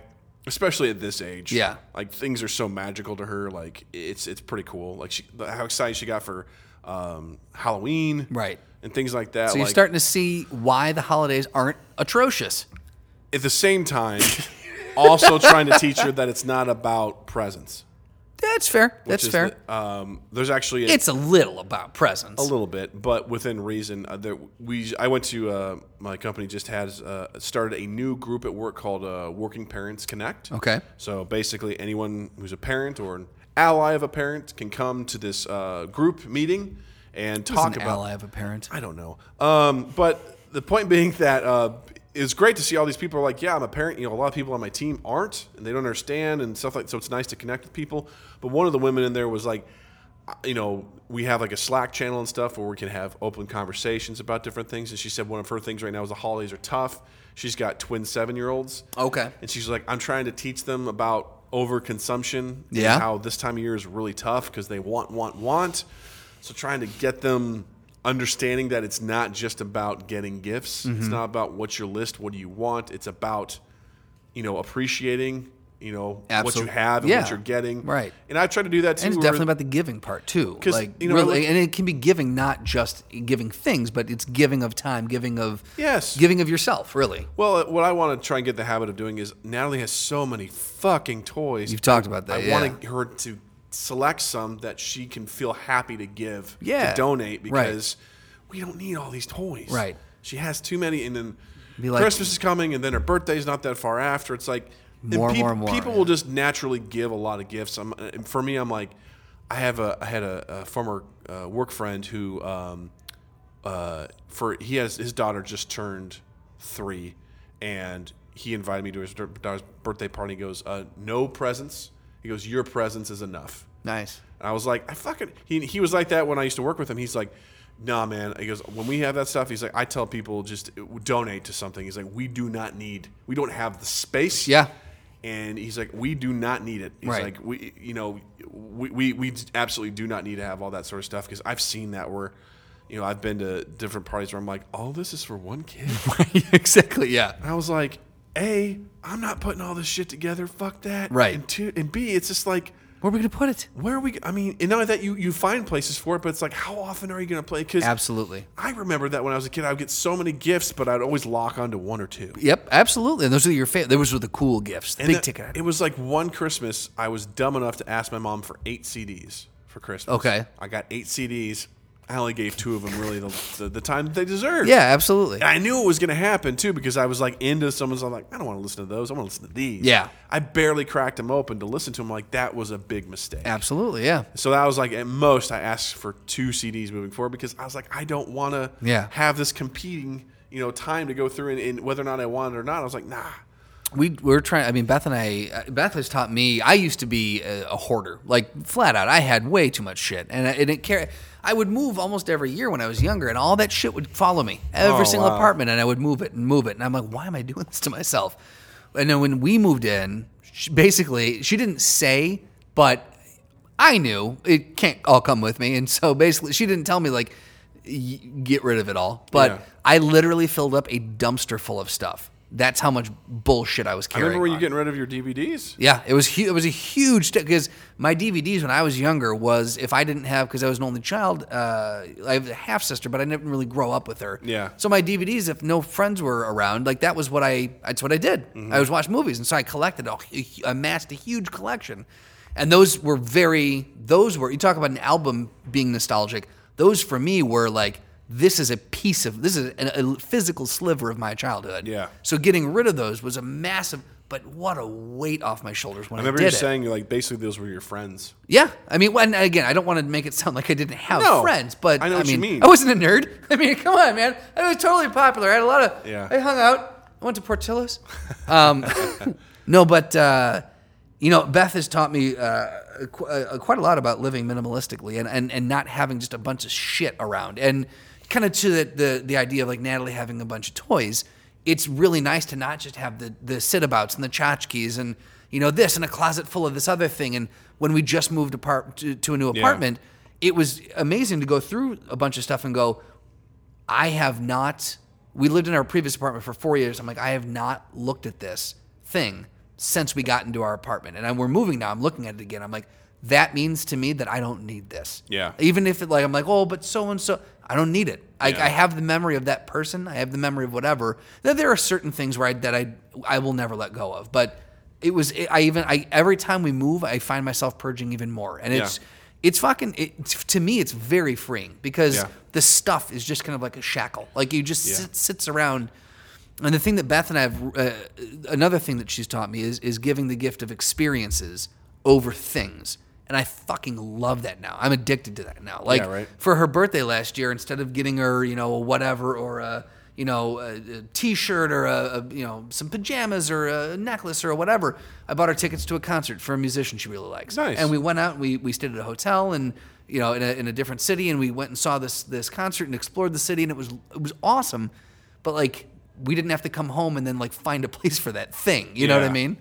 Speaker 3: especially at this age,
Speaker 1: Yeah.
Speaker 3: like things are so magical to her. Like it's it's pretty cool. Like she, how excited she got for um, Halloween,
Speaker 1: Right.
Speaker 3: and things like that.
Speaker 1: So you're
Speaker 3: like,
Speaker 1: starting to see why the holidays aren't atrocious.
Speaker 3: at the same time, also trying to teach her that it's not about presents.
Speaker 1: That's fair.
Speaker 3: which
Speaker 1: That's
Speaker 3: is
Speaker 1: fair.
Speaker 3: the- um, there's actually a,
Speaker 1: it's a little about presence.
Speaker 3: a little bit, but within reason. Uh, there, we I went to uh, my company just has uh, started a new group at work called uh, Working Parents Connect.
Speaker 1: Okay.
Speaker 3: So basically, anyone who's a parent or an ally of a parent can come to this uh, group meeting and talk
Speaker 1: An
Speaker 3: about.
Speaker 1: ally of a parent.
Speaker 3: I don't know. Um, but the point being that uh, it's great to see all these people are like, yeah, I'm a parent. You know, a lot of people on my team aren't, and they don't understand and stuff like. So it's nice to connect with people. But one of the women in there was like, uh, you know, we have like a Slack channel and stuff where we can have open conversations about different things. And she said one of her things right now is the holidays are tough. She's got twin seven year olds.
Speaker 1: Okay.
Speaker 3: And she's like, I'm trying to teach them about overconsumption.
Speaker 1: Yeah.
Speaker 3: And how this time of year is really tough because they want, want, want. So trying to get them understanding that it's not just about getting gifts. It's
Speaker 1: Mm-hmm.
Speaker 3: not about what's your list, what do you want. It's about, you know, appreciating, you know, what you
Speaker 1: Absolute-
Speaker 3: have and
Speaker 1: yeah.
Speaker 3: what you're getting.
Speaker 1: Right.
Speaker 3: And I try to do that too.
Speaker 1: And it's
Speaker 3: where-
Speaker 1: definitely about the giving part too.
Speaker 3: 'Cause,
Speaker 1: Like
Speaker 3: you know,
Speaker 1: really,
Speaker 3: like-
Speaker 1: and it can be giving, not just giving things, but it's giving of time, giving of
Speaker 3: Yes.
Speaker 1: giving of yourself. Really,
Speaker 3: well, uh, what I want to try and get the habit of doing is Natalie has so many fucking toys.
Speaker 1: you've talked about that.
Speaker 3: I
Speaker 1: yeah.
Speaker 3: want her to select some that she can feel happy to give,
Speaker 1: Yeah.
Speaker 3: to donate
Speaker 1: Right.
Speaker 3: because we don't need all these toys.
Speaker 1: Right.
Speaker 3: She has too many, and then
Speaker 1: Be like-
Speaker 3: Christmas is coming, and then her birthday's not that far after. It's like and
Speaker 1: More,
Speaker 3: peop-
Speaker 1: more, more,
Speaker 3: People
Speaker 1: yeah.
Speaker 3: will just naturally give a lot of gifts. I'm, and for me, I'm like, I have a, I had a, a former uh, work friend who, um, uh, for he has his daughter just turned three, and he invited me to his daughter's birthday party. He goes, uh, "No presents." He goes, "Your presence is enough."
Speaker 1: nice.
Speaker 3: And I was like, I fucking. He, he was like that when I used to work with him. He's like, nah, man. He goes, when we have that stuff, he's like, I tell people just uh, donate to something. He's like, we do not need, we don't have the space.
Speaker 1: Yeah.
Speaker 3: And he's like, we do not need it. He's
Speaker 1: Right.
Speaker 3: like, we, you know, we, we, we absolutely do not need to have all that sort of stuff because I've seen that where, you know, I've been to different parties where I'm like, all this is for one kid.
Speaker 1: exactly. Yeah.
Speaker 3: And I was like, A, I'm not putting all this shit together. Fuck that.
Speaker 1: Right.
Speaker 3: And, two, and B, it's just like,
Speaker 1: Where are we gonna put it?
Speaker 3: where are we? I mean, and not only that, you you find places for it, but it's like, how often are you going to play? Because
Speaker 1: Absolutely.
Speaker 3: I remember that when I was a kid, I would get so many gifts, but I'd always lock onto one or two.
Speaker 1: Yep. Absolutely. And those are your favorite. Those were the cool gifts, the
Speaker 3: And
Speaker 1: big
Speaker 3: that-
Speaker 1: ticket.
Speaker 3: It
Speaker 1: items.
Speaker 3: was like one Christmas, I was dumb enough to ask my mom for eight CDs for Christmas.
Speaker 1: Okay.
Speaker 3: I got eight CDs. I only gave two of them really the, the, the time that they deserved.
Speaker 1: yeah. Absolutely.
Speaker 3: And I knew it was going to happen too because I was like into someone's. I'm like, I don't want to listen to those. I want to listen to these.
Speaker 1: Yeah.
Speaker 3: I barely cracked them open to listen to them. Like that was a big mistake.
Speaker 1: Absolutely. Yeah.
Speaker 3: So that was like at most I asked for two CDs moving forward because I was like I don't want to
Speaker 1: Yeah.
Speaker 3: have this competing you know time to go through and, and whether or not I want it or not I was like nah
Speaker 1: we we're trying. I mean, Beth and I. uh, Beth has taught me. I used to be a, a hoarder, like flat out. I had way too much shit, and I- and it car- I would move almost every year when I was younger, and all that shit would follow me every
Speaker 3: Oh,
Speaker 1: single
Speaker 3: wow.
Speaker 1: apartment, and I would move it and move it, and I'm like, why am I doing this to myself? And then when we moved in, she, basically, she didn't say, but I knew it can't all come with me, and so basically, she didn't tell me like y- get rid of it all, but.
Speaker 3: Yeah.
Speaker 1: I literally filled up a dumpster full of stuff. That's how much bullshit I was
Speaker 3: I
Speaker 1: carrying.
Speaker 3: remember were you
Speaker 1: on.
Speaker 3: getting rid of your DVDs
Speaker 1: Yeah, it was hu- it was a huge because my DVDs when I was younger was if I didn't have because I was an only child. Uh, I have a half sister, but I didn't really grow up with her.
Speaker 3: Yeah.
Speaker 1: So my DVDs, if no friends were around, like that was what I that's what I did. I was watch movies, and so I collected a, hu- amassed a huge collection, and those were very those were you talk about an album being nostalgic. Those for me were like this is a piece of this is a, a physical sliver of my childhood.
Speaker 3: Yeah.
Speaker 1: So getting rid of those was a massive, but what a weight off my shoulders when
Speaker 3: I
Speaker 1: I,
Speaker 3: remember
Speaker 1: did
Speaker 3: you
Speaker 1: it.
Speaker 3: saying like basically those were your friends
Speaker 1: yeah, I mean, when, again, I don't want to make it sound like I didn't have
Speaker 3: No,
Speaker 1: friends, but
Speaker 3: I know what you
Speaker 1: mean,
Speaker 3: mean.
Speaker 1: I wasn't a nerd. I mean, come on, man, I was totally popular. I had a lot of.
Speaker 3: Yeah.
Speaker 1: I hung out. I went to Portillo's. Um, no, but uh, you know, Beth has taught me uh, qu- uh, quite a lot about living minimalistically and, and and not having just a bunch of shit around. And kind of to the, the the idea of like Natalie having a bunch of toys, it's really nice to not just have the the sitabouts and the tchotchkes and you know this and a closet full of this other thing. And when we just moved apart to, to a new apartment, it was amazing to go through a bunch of stuff and go, I have not. We lived in our previous apartment for four years. I'm like, I have not looked at this thing since we got into our apartment, and I, we're moving now. I'm looking at it again. I'm like, that means to me that I don't need this.
Speaker 3: Yeah.
Speaker 1: Even if it like I'm like, oh, but so and so, I don't need it. I,
Speaker 3: Yeah.
Speaker 1: I have the memory of that person. I have the memory of whatever. Now, there are certain things where I, that I I will never let go of, but It was. It, I even. I every time we move, I find myself purging even more, and it's.
Speaker 3: Yeah.
Speaker 1: It's fucking. It, to me, it's very freeing because
Speaker 3: Yeah.
Speaker 1: the stuff is just kind of like a shackle. Like you just
Speaker 3: Yeah.
Speaker 1: sit, sits around. And the thing that Beth and I have, uh, another thing that she's taught me is is giving the gift of experiences over things. And I fucking love that now. I'm addicted to that now. Like
Speaker 3: Yeah, right.
Speaker 1: for her birthday last year, instead of getting her, you know, a whatever or a, you know, a, a t-shirt or a, a, you know, some pajamas or a necklace or whatever, I bought her tickets to a concert for a musician she really likes.
Speaker 3: Nice.
Speaker 1: And we went out and we, we stayed at a hotel and you know in a, in a different city and we went and saw this this concert and explored the city and it was it was awesome but like we didn't have to come home and then like find a place for that thing you know what i
Speaker 3: Yeah.
Speaker 1: mean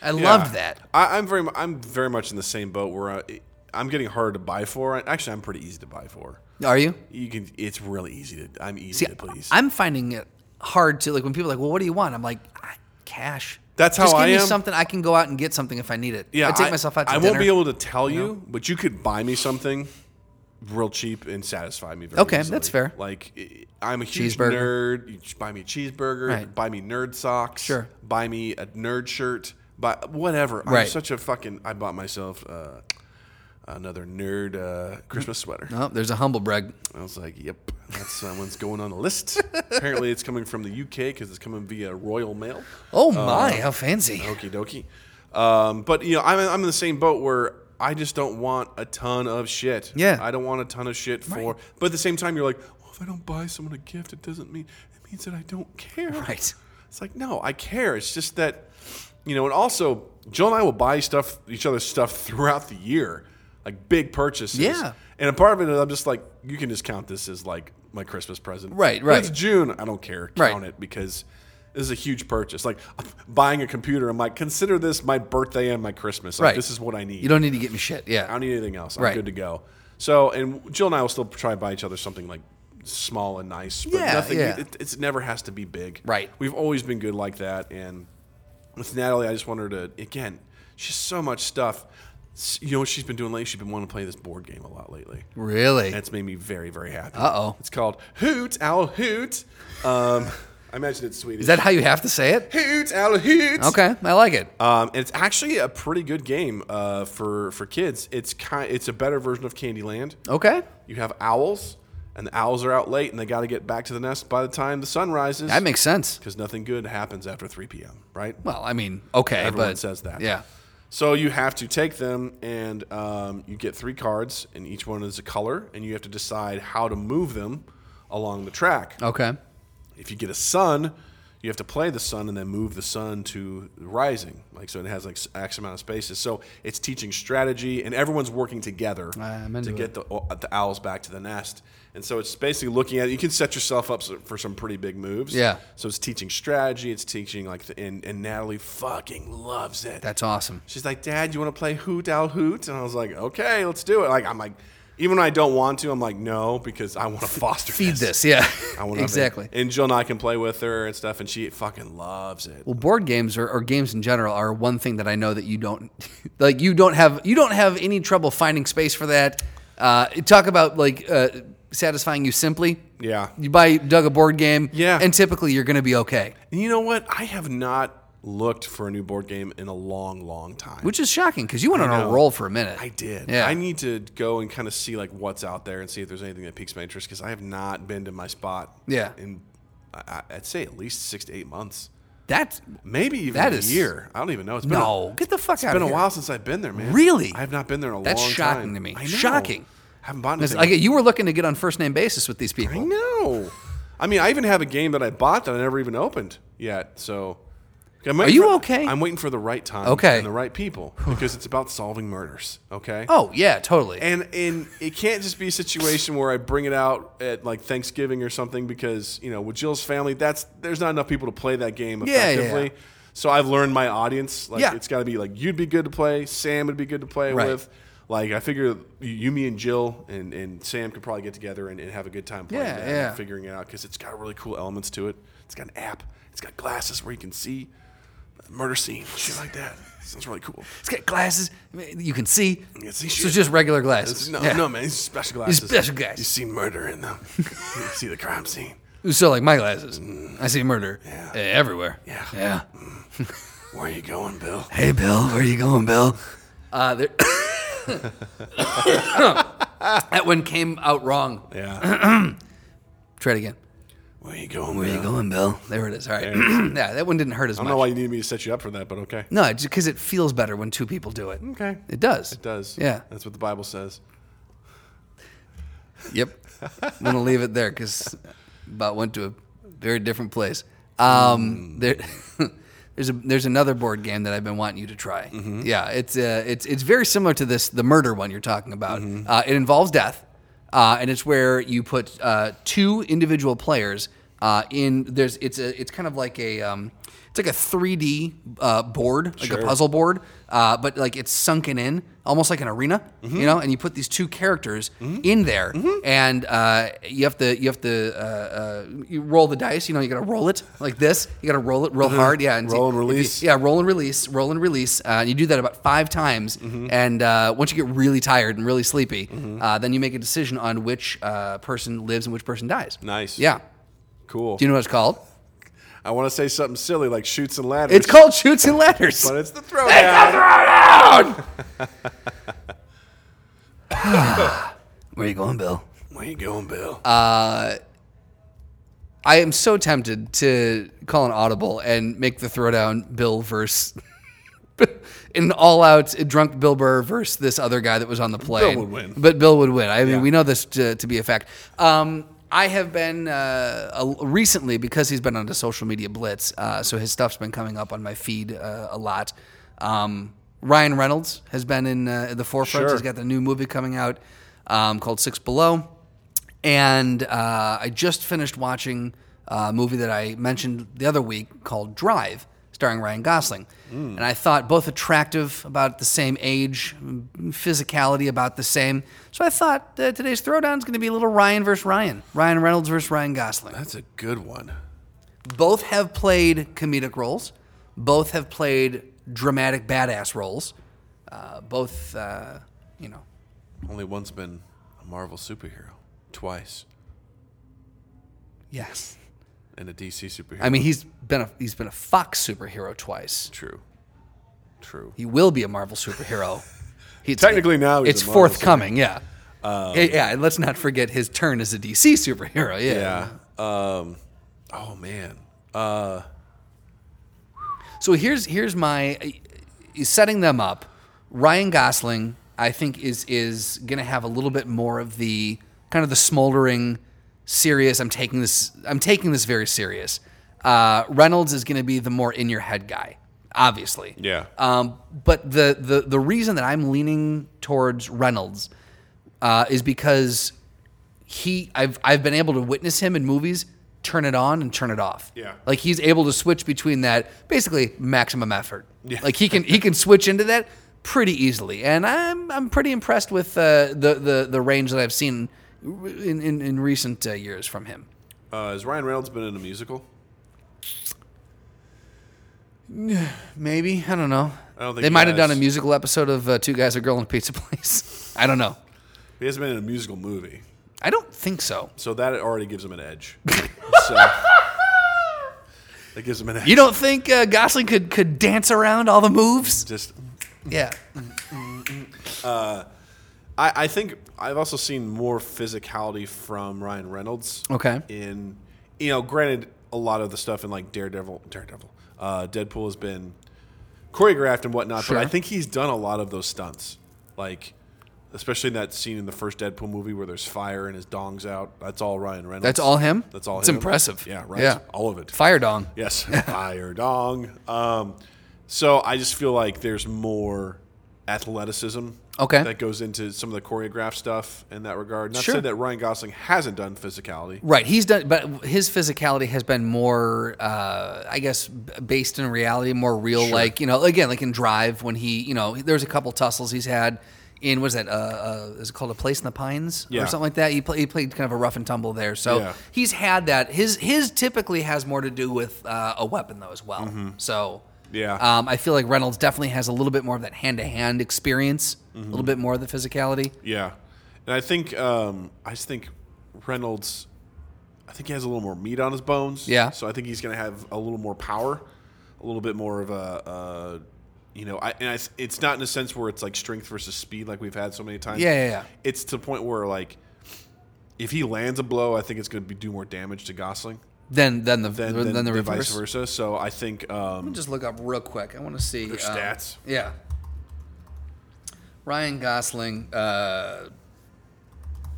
Speaker 1: i
Speaker 3: Yeah.
Speaker 1: love that
Speaker 3: I, I'm very, mu- I'm very much in the same boat where I, I'm getting harder to buy for. Actually, I'm pretty easy to buy for.
Speaker 1: are you
Speaker 3: You can, it's really easy to. I'm easy
Speaker 1: See,
Speaker 3: to please.
Speaker 1: i'm finding it hard to like when people are like well what do you want i'm like "Ah, cash
Speaker 3: That's
Speaker 1: Just
Speaker 3: how
Speaker 1: give
Speaker 3: I
Speaker 1: me
Speaker 3: am.
Speaker 1: something i can go out and get something if i need it
Speaker 3: yeah,
Speaker 1: i take myself out to
Speaker 3: I
Speaker 1: dinner.
Speaker 3: won't be able to tell you, but you could buy me something real cheap and satisfy me. Very
Speaker 1: Okay,
Speaker 3: easily.
Speaker 1: that's fair.
Speaker 3: Like I- I'm a huge
Speaker 1: Cheeseburger.
Speaker 3: nerd. You just buy me a cheeseburger.
Speaker 1: Right.
Speaker 3: Buy me nerd socks.
Speaker 1: Sure.
Speaker 3: Buy me a nerd shirt. Buy whatever. I'm
Speaker 1: Right.
Speaker 3: such a fucking. I bought myself. Uh, Another nerd uh, Christmas sweater.
Speaker 1: oh there's a humble brag
Speaker 3: I was like, "Yep, that's someone's going on the list." Apparently, it's coming from the UK because it's coming via Royal Mail.
Speaker 1: oh my
Speaker 3: Uh,
Speaker 1: how fancy
Speaker 3: Okie dokie. Um, but you know, I'm I'm in the same boat where I just don't want a ton of shit.
Speaker 1: Yeah.
Speaker 3: I don't want a ton of shit for. But at the same time, you're like, well, if I don't buy someone a gift, it doesn't mean it means that I don't care.
Speaker 1: Right.
Speaker 3: It's like no, I care. It's just that you know, and also Jill and I will buy stuff each other stuff throughout the year, like big purchases.
Speaker 1: Yeah.
Speaker 3: And a part of it, is I'm just like, you can just count this as like my Christmas present.
Speaker 1: Right,
Speaker 3: But
Speaker 1: right.
Speaker 3: It's June. I don't care.
Speaker 1: Right.
Speaker 3: Count it because this is a huge purchase. Like buying a computer, I'm like, consider this my birthday and my Christmas. Like,
Speaker 1: Right.
Speaker 3: This is what I need.
Speaker 1: you don't need to get me shit yeah
Speaker 3: I don't need anything else. I'm
Speaker 1: Right.
Speaker 3: good to go. So, and Jill and I will still try to buy each other something like small and nice. But
Speaker 1: Yeah,
Speaker 3: nothing,
Speaker 1: yeah.
Speaker 3: It, it's, it never has to be big.
Speaker 1: Right.
Speaker 3: We've always been good like that. And with Natalie, I just want her to, again, she's so much stuff. S- You know what she's been doing lately? She's been wanting to play this board game a lot lately.
Speaker 1: really
Speaker 3: And it's made me very, very happy.
Speaker 1: Uh-oh.
Speaker 3: It's called Hoot Owl Hoot. Um, I imagine it's Swedish.
Speaker 1: is that how you have to say it
Speaker 3: Hoot Owl Hoot?
Speaker 1: okay i like it
Speaker 3: Um, and it's actually a pretty good game uh, for for kids. It's kind, it's a better version of Candyland.
Speaker 1: okay
Speaker 3: You have owls, and the owls are out late, and they got to get back to the nest by the time the sun rises.
Speaker 1: that makes sense
Speaker 3: because nothing good happens after 3 p.m. Right?
Speaker 1: Well, I mean, okay,
Speaker 3: Everyone
Speaker 1: but
Speaker 3: says that.
Speaker 1: Yeah,
Speaker 3: So you have to take them, and um, you get three cards, and each one is a color, and you have to decide how to move them along the track.
Speaker 1: okay,
Speaker 3: If you get a sun, you have to play the sun and then move the sun to rising. Like so, it has like x amount of spaces. So it's teaching strategy, and everyone's working together
Speaker 1: I'm
Speaker 3: to
Speaker 1: into
Speaker 3: get the uh, the owls back to the nest. And so it's basically looking at you can set yourself up so- for some pretty big moves.
Speaker 1: Yeah.
Speaker 3: So it's teaching strategy. It's teaching like the, and and Natalie fucking loves it.
Speaker 1: that's awesome.
Speaker 3: She's like, Dad, you want to play Hoot Owl Hoot? And I was like, Okay, let's do it. Like I'm like, even when I don't want to, I'm like, No, because I want to foster
Speaker 1: Feed this, yeah,
Speaker 3: I want
Speaker 1: exactly.
Speaker 3: And Jill and I can play with her and stuff, and she fucking loves it.
Speaker 1: Well, board games or, or games in general are one thing that I know that you don't like. You don't have you don't have any trouble finding space for that. Uh, talk about like uh, satisfying you simply.
Speaker 3: Yeah.
Speaker 1: you buy dug a board game.
Speaker 3: Yeah.
Speaker 1: and typically you're going to be okay,
Speaker 3: And you know what? I have not looked for a new board game in a long, long time.
Speaker 1: which is shocking because you went on a
Speaker 3: know.
Speaker 1: roll for a minute.
Speaker 3: I did.
Speaker 1: Yeah.
Speaker 3: I need to go and kind of see like what's out there and see if there's anything that piques my interest because I have not been to my spot.
Speaker 1: Yeah.
Speaker 3: In I- I'd say at least six to eight months,
Speaker 1: That's
Speaker 3: maybe even
Speaker 1: That
Speaker 3: a
Speaker 1: is-
Speaker 3: year. I don't even know. It's been
Speaker 1: no.
Speaker 3: A,
Speaker 1: Get the fuck
Speaker 3: it's
Speaker 1: out.
Speaker 3: been
Speaker 1: of
Speaker 3: a
Speaker 1: here.
Speaker 3: while since I've been there, man.
Speaker 1: Really?
Speaker 3: I have not been there in a
Speaker 1: That's
Speaker 3: long time.
Speaker 1: shocking to me.
Speaker 3: I know.
Speaker 1: Shocking.
Speaker 3: haven't bought
Speaker 1: It's
Speaker 3: anything.
Speaker 1: Like you were looking to get on first name basis with these
Speaker 3: I
Speaker 1: people.
Speaker 3: know. I mean, I even have a game that I bought that I never even opened yet. So, I'm waiting
Speaker 1: Are you
Speaker 3: for-
Speaker 1: okay?
Speaker 3: I'm waiting for the right time,
Speaker 1: Okay.
Speaker 3: and the right people because it's about solving murders. Okay.
Speaker 1: Oh yeah, totally.
Speaker 3: And and it can't just be a situation where I bring it out at like Thanksgiving or something because you know with Jill's family, that's there's not enough people to play that game
Speaker 1: Yeah, yeah,
Speaker 3: effectively.
Speaker 1: yeah.
Speaker 3: So I've learned my audience. Like
Speaker 1: Yeah.
Speaker 3: it's got to be like you'd be good to play. Sam would be good to play
Speaker 1: Right.
Speaker 3: with. Like I figure you- you, me, and Jill and, and Sam could probably get together and, and have a good time playing
Speaker 1: Yeah,
Speaker 3: that
Speaker 1: yeah.
Speaker 3: and figuring it out because it's got really cool elements to it. It's got an app. It's got glasses where you can see the murder scene, shit like that. Sounds really cool.
Speaker 1: It's got glasses. I mean, You can see.
Speaker 3: can see
Speaker 1: so
Speaker 3: shit.
Speaker 1: it's just regular glasses.
Speaker 3: It's- No,
Speaker 1: Yeah.
Speaker 3: no, man. These are special glasses.
Speaker 1: special glasses.
Speaker 3: You see murder in them. you see the crime scene.
Speaker 1: So like my glasses, I see murder uh, eh, everywhere.
Speaker 3: Mm. Yeah.
Speaker 1: Yeah.
Speaker 3: Where you going, Bill?
Speaker 1: Hey, Bill, where you going, Bill? Uh, there- that one came out wrong.
Speaker 3: Yeah.
Speaker 1: Try it again.
Speaker 3: Where you going,
Speaker 1: Where you going, Bill? There it is. All right. yeah, that one didn't hurt as
Speaker 3: I
Speaker 1: much.
Speaker 3: don't know why you needed me to set you up for that, but okay.
Speaker 1: No, it's because it feels better when two people do it.
Speaker 3: Okay.
Speaker 1: It does.
Speaker 3: It does.
Speaker 1: Yeah.
Speaker 3: That's what the Bible says.
Speaker 1: Yep. I'm going to leave it there because about went to a very different place. Um, there, there's a there's another board game that I've been wanting you to try. Yeah, it's uh, it's it's very similar to this the murder one you're talking about. Uh, it involves death, uh, and it's where you put uh, two individual players uh, in. There's it's a it's kind of like a um, it's like a 3D uh, board, like a puzzle board, uh, but like it's sunken in, almost like an arena,
Speaker 3: Mm-hmm.
Speaker 1: you know. And you put these two characters in there, and uh, you have to you have to uh, uh, you roll the dice. You know, you got to roll it like this. You got to roll it real hard, yeah. And
Speaker 3: Mm-hmm. Roll and
Speaker 1: if you-
Speaker 3: release.
Speaker 1: yeah, roll and release, roll and release. Uh, and you do that about five times.
Speaker 3: Mm-hmm.
Speaker 1: And uh, once you get really tired and really sleepy, uh, then you make a decision on which uh, person lives and which person dies.
Speaker 3: Nice.
Speaker 1: Yeah.
Speaker 3: Cool.
Speaker 1: Do you know what it's called?
Speaker 3: I want to say something silly like shoots and ladders.
Speaker 1: It's called Shoots and Ladders.
Speaker 3: But it's the throwdown.
Speaker 1: Where are you going, Bill?
Speaker 3: Where you going, Bill?
Speaker 1: Uh, I am so tempted to call an audible and make the throwdown Bill verse an all out drunk Bill Burr versus this other guy that was on the plane.
Speaker 3: would win.
Speaker 1: But Bill would win. I mean,
Speaker 3: Yeah.
Speaker 1: we know this to, to be a fact. Um, I have been uh, a- recently because he's been on the social media blitz, uh, so his stuff's been coming up on my feed uh, a lot. Um, Ryan Reynolds has been in uh, at the forefront.
Speaker 3: Sure.
Speaker 1: He's got the new movie coming out um, called Six Below, and uh, I just finished watching uh, a movie that I mentioned the other week called Drive, starring Ryan Gosling. And I thought both attractive, about the same age, physicality about the same. So I thought that today's throwdown is going to be a little Ryan versus Ryan, Ryan Reynolds versus Ryan Gosling.
Speaker 3: That's a good one.
Speaker 1: Both have played comedic roles. Both have played dramatic badass roles. Uh, both, uh, you know,
Speaker 3: Only one's been a Marvel superhero. Twice.
Speaker 1: yes.
Speaker 3: And a DC superhero.
Speaker 1: I mean, he's been a he's been a Fox superhero twice.
Speaker 3: True. True.
Speaker 1: He will be a Marvel superhero. He,
Speaker 3: Technically now he's
Speaker 1: it's
Speaker 3: a Marvel Um,
Speaker 1: forthcoming. Yeah. yeah, yeah, and let's not forget his turn as a DC superhero. Yeah.
Speaker 3: Yeah. Um, oh, man. Uh,
Speaker 1: So here's here's my uh, setting them up. Ryan Gosling, I think, is is gonna have a little bit more of the kind of the smoldering, serious. I'm taking this. I'm taking this very serious. Uh, Reynolds is gonna be the more in your head guy, obviously.
Speaker 3: Yeah.
Speaker 1: Um, but the, the the reason that I'm leaning towards Reynolds uh, is because he I've I've been able to witness him in movies turn it on and turn it off.
Speaker 3: Yeah.
Speaker 1: Like he's able to switch between that basically maximum effort. Yeah. Like he can he can switch into that pretty easily. And I'm I'm pretty impressed with uh, the the the range that I've seen in in, in recent uh, years from him.
Speaker 3: uh, has Ryan Reynolds been in a musical?
Speaker 1: Maybe I don't know.
Speaker 3: I don't think
Speaker 1: they
Speaker 3: he
Speaker 1: might have done a
Speaker 3: has.
Speaker 1: musical episode of uh, Two Guys a Girl in a Pizza Place. I don't know.
Speaker 3: He hasn't been in a musical movie.
Speaker 1: I don't think so.
Speaker 3: So that already gives him an edge. so that gives him an edge.
Speaker 1: You don't think uh, Gosling could could dance around all the moves?
Speaker 3: Just,
Speaker 1: Yeah.
Speaker 3: I, I think I've also seen more physicality from Ryan Reynolds.
Speaker 1: Okay.
Speaker 3: In, you know, granted, a lot of the stuff in like Daredevil, Daredevil, uh, Deadpool has been choreographed and whatnot,
Speaker 1: Sure.
Speaker 3: but I think he's done a lot of those stunts. Like, especially in that scene in the first Deadpool movie where there's fire and his dong's out. That's all Ryan Reynolds.
Speaker 1: That's all him?
Speaker 3: That's all
Speaker 1: It's
Speaker 3: him.
Speaker 1: impressive.
Speaker 3: Yeah, right.
Speaker 1: Yeah.
Speaker 3: All of it.
Speaker 1: Fire Dong.
Speaker 3: Yes, fire dong. Um, so I just feel like there's more athleticism.
Speaker 1: Okay.
Speaker 3: That goes into some of the choreographed stuff in that regard. Not to
Speaker 1: Sure.
Speaker 3: say that Ryan Gosling hasn't done physicality.
Speaker 1: Right. He's done, but his physicality has been more, uh, I guess, b- based in reality, more real. Like, you know, again, like in Drive, when he, you know, there's a couple tussles he's had in, was that, uh, uh, is it called A Place in the Pines
Speaker 3: Yeah.
Speaker 1: or something like that? He, play, he played kind of a rough and tumble there. So
Speaker 3: Yeah.
Speaker 1: he's had that. His, his typically has more to do with uh, a weapon, though, as well. So.
Speaker 3: Mm-hmm. Yeah.
Speaker 1: Um, I feel like Reynolds definitely has a little bit more of that hand to hand experience,
Speaker 3: Mm-hmm.
Speaker 1: a little bit more of the physicality.
Speaker 3: Yeah, and I think um, I just think Reynolds. I think he has a little more meat on his bones.
Speaker 1: Yeah.
Speaker 3: So I think he's going to have a little more power. a little bit more of a, a you know, I, and I, it's not in a sense where it's like strength versus speed like we've had so many times.
Speaker 1: Yeah, yeah, yeah.
Speaker 3: It's to the point where like if he lands a blow, I think it's going to be do more damage to Gosling
Speaker 1: Then then the then,
Speaker 3: than than,
Speaker 1: the
Speaker 3: than
Speaker 1: reverse.
Speaker 3: vice versa. So I think
Speaker 1: Let
Speaker 3: um,
Speaker 1: me just look up real quick. I want to see um,
Speaker 3: Their stats.
Speaker 1: Yeah. Ryan Gosling uh,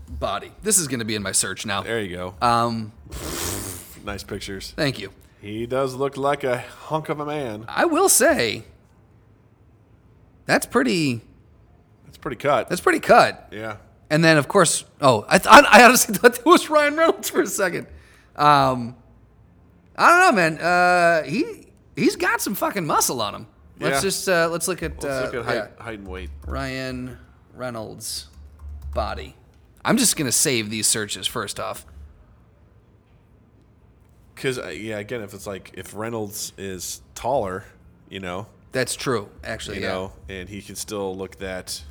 Speaker 1: body. This is going to be in my search now.
Speaker 3: there you go.
Speaker 1: Um,
Speaker 3: nice pictures.
Speaker 1: thank you.
Speaker 3: He does look like a hunk of a man.
Speaker 1: I will say that's pretty.
Speaker 3: That's pretty cut.
Speaker 1: That's pretty cut.
Speaker 3: yeah.
Speaker 1: And then, of course, oh, I, th- I honestly thought that was Ryan Reynolds for a second. Um, I don't know, man. Uh, he he's got some fucking muscle on him. Let's
Speaker 3: Yeah.
Speaker 1: just uh, let's look at,
Speaker 3: Let's
Speaker 1: uh,
Speaker 3: look at height,
Speaker 1: yeah,
Speaker 3: height and weight.
Speaker 1: Ryan Reynolds body. I'm just gonna save these searches first off.
Speaker 3: Because uh, yeah, again, if it's like if Reynolds is taller, you know,
Speaker 1: That's true, actually.
Speaker 3: you
Speaker 1: yeah.
Speaker 3: know, and he can still look that.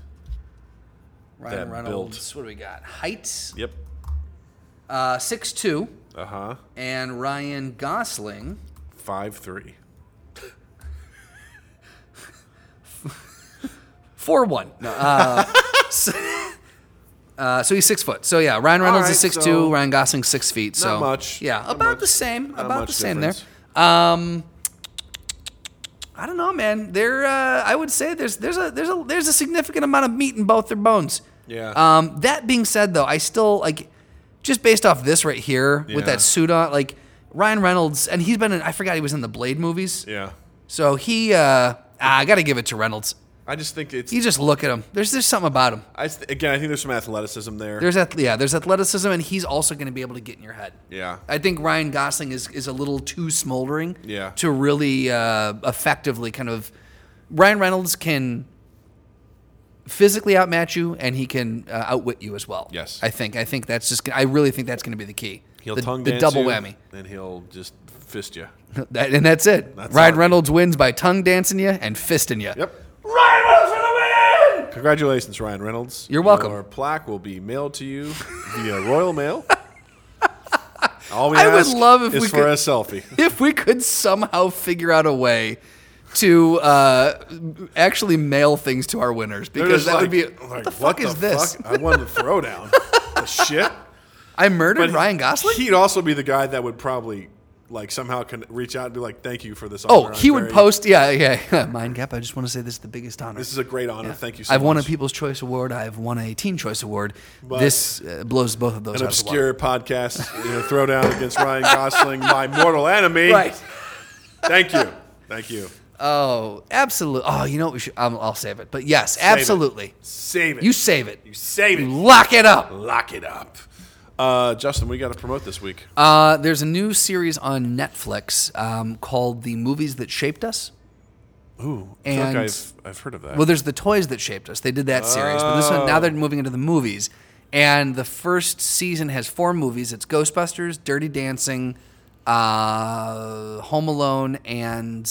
Speaker 1: Ryan
Speaker 3: that build.
Speaker 1: Reynolds. What do we got? Heights,
Speaker 3: Yep.
Speaker 1: uh, six two,
Speaker 3: Uh huh.
Speaker 1: and Ryan Gosling.
Speaker 3: Five three.
Speaker 1: four one. No, uh, so, uh, so he's six foot. So yeah, Ryan Reynolds is
Speaker 3: right,
Speaker 1: six two.
Speaker 3: so-
Speaker 1: Ryan Gosling six feet. So
Speaker 3: much.
Speaker 1: Yeah,
Speaker 3: Not
Speaker 1: about
Speaker 3: much-
Speaker 1: the same.
Speaker 3: not
Speaker 1: About
Speaker 3: much
Speaker 1: the same
Speaker 3: difference.
Speaker 1: there. Um, I don't know, man. There, uh, I would say there's there's a there's a there's a significant amount of meat in both their bones.
Speaker 3: Yeah.
Speaker 1: Um, that being said, though, I still like just based off this right here with
Speaker 3: Yeah.
Speaker 1: that suit on, like Ryan Reynolds, and he's been in, I forgot he was in the Blade movies.
Speaker 3: Yeah.
Speaker 1: So he, uh, I got to give it to Reynolds.
Speaker 3: I just think it's.
Speaker 1: You just look at him. There's there's something about him.
Speaker 3: I th- again, I think there's some athleticism there.
Speaker 1: There's ath- yeah, there's athleticism, and he's also going to be able to get in your head.
Speaker 3: yeah.
Speaker 1: I think Ryan Gosling is is a little too smoldering.
Speaker 3: Yeah.
Speaker 1: To really uh, effectively kind of, Ryan Reynolds can physically outmatch you, and he can uh, outwit you as well.
Speaker 3: Yes.
Speaker 1: I think I think that's just gonna- I really think that's going to be the key.
Speaker 3: he'll
Speaker 1: the,
Speaker 3: tongue
Speaker 1: the
Speaker 3: dance
Speaker 1: double
Speaker 3: you,
Speaker 1: whammy,
Speaker 3: and he'll just fist you.
Speaker 1: That- and that's it.
Speaker 3: That's
Speaker 1: Ryan
Speaker 3: all.
Speaker 1: Reynolds wins by tongue dancing you and fisting you.
Speaker 3: Yep.
Speaker 1: Ryan Reynolds for the win.
Speaker 3: Congratulations, Ryan Reynolds.
Speaker 1: You're welcome.
Speaker 3: Your plaque will be mailed to you via Royal Mail. All we
Speaker 1: I would
Speaker 3: ask
Speaker 1: love if
Speaker 3: is
Speaker 1: we
Speaker 3: for
Speaker 1: could-
Speaker 3: a selfie.
Speaker 1: if we could somehow figure out a way to uh, actually mail things to our winners
Speaker 3: They're
Speaker 1: because
Speaker 3: just
Speaker 1: that would
Speaker 3: like-
Speaker 1: be
Speaker 3: like,
Speaker 1: what the fuck is this?
Speaker 3: fuck? I won the throwdown. the shit.
Speaker 1: I murdered Ryan Gosling.
Speaker 3: He'd also be the guy that would probably like somehow can reach out and be like, "Thank you for this."
Speaker 1: oh,
Speaker 3: honor.
Speaker 1: he
Speaker 3: I'm
Speaker 1: would
Speaker 3: very-
Speaker 1: post. Yeah, yeah. Mind Gap. I just want to say this is the biggest honor.
Speaker 3: This is a great honor. Thank you. so
Speaker 1: I've won a
Speaker 3: much."
Speaker 1: People's Choice Award. I've won a Teen Choice Award. this uh, blows both of those
Speaker 3: an
Speaker 1: out of the water.
Speaker 3: obscure podcast, you know, throwdown against Ryan Gosling, my mortal enemy.
Speaker 1: Right.
Speaker 3: Thank you. Thank you.
Speaker 1: Oh, absolutely. Oh, you know what? We should, I'm, I'll save it. But yes,
Speaker 3: it.
Speaker 1: absolutely.
Speaker 3: Save it.
Speaker 1: You save it.
Speaker 3: You save it.
Speaker 1: Lock it up.
Speaker 3: Lock it up. Uh, Justin, we got to promote this week.
Speaker 1: Uh, there's a new series on Netflix um, called "The Movies That Shaped Us."
Speaker 3: Ooh, I
Speaker 1: and-
Speaker 3: feel like I've, I've heard of that.
Speaker 1: Well, there's the toys that shaped us. They did that series, but this one now they're moving into the movies. And the first season has four movies. It's Ghostbusters, Dirty Dancing, uh, Home Alone, and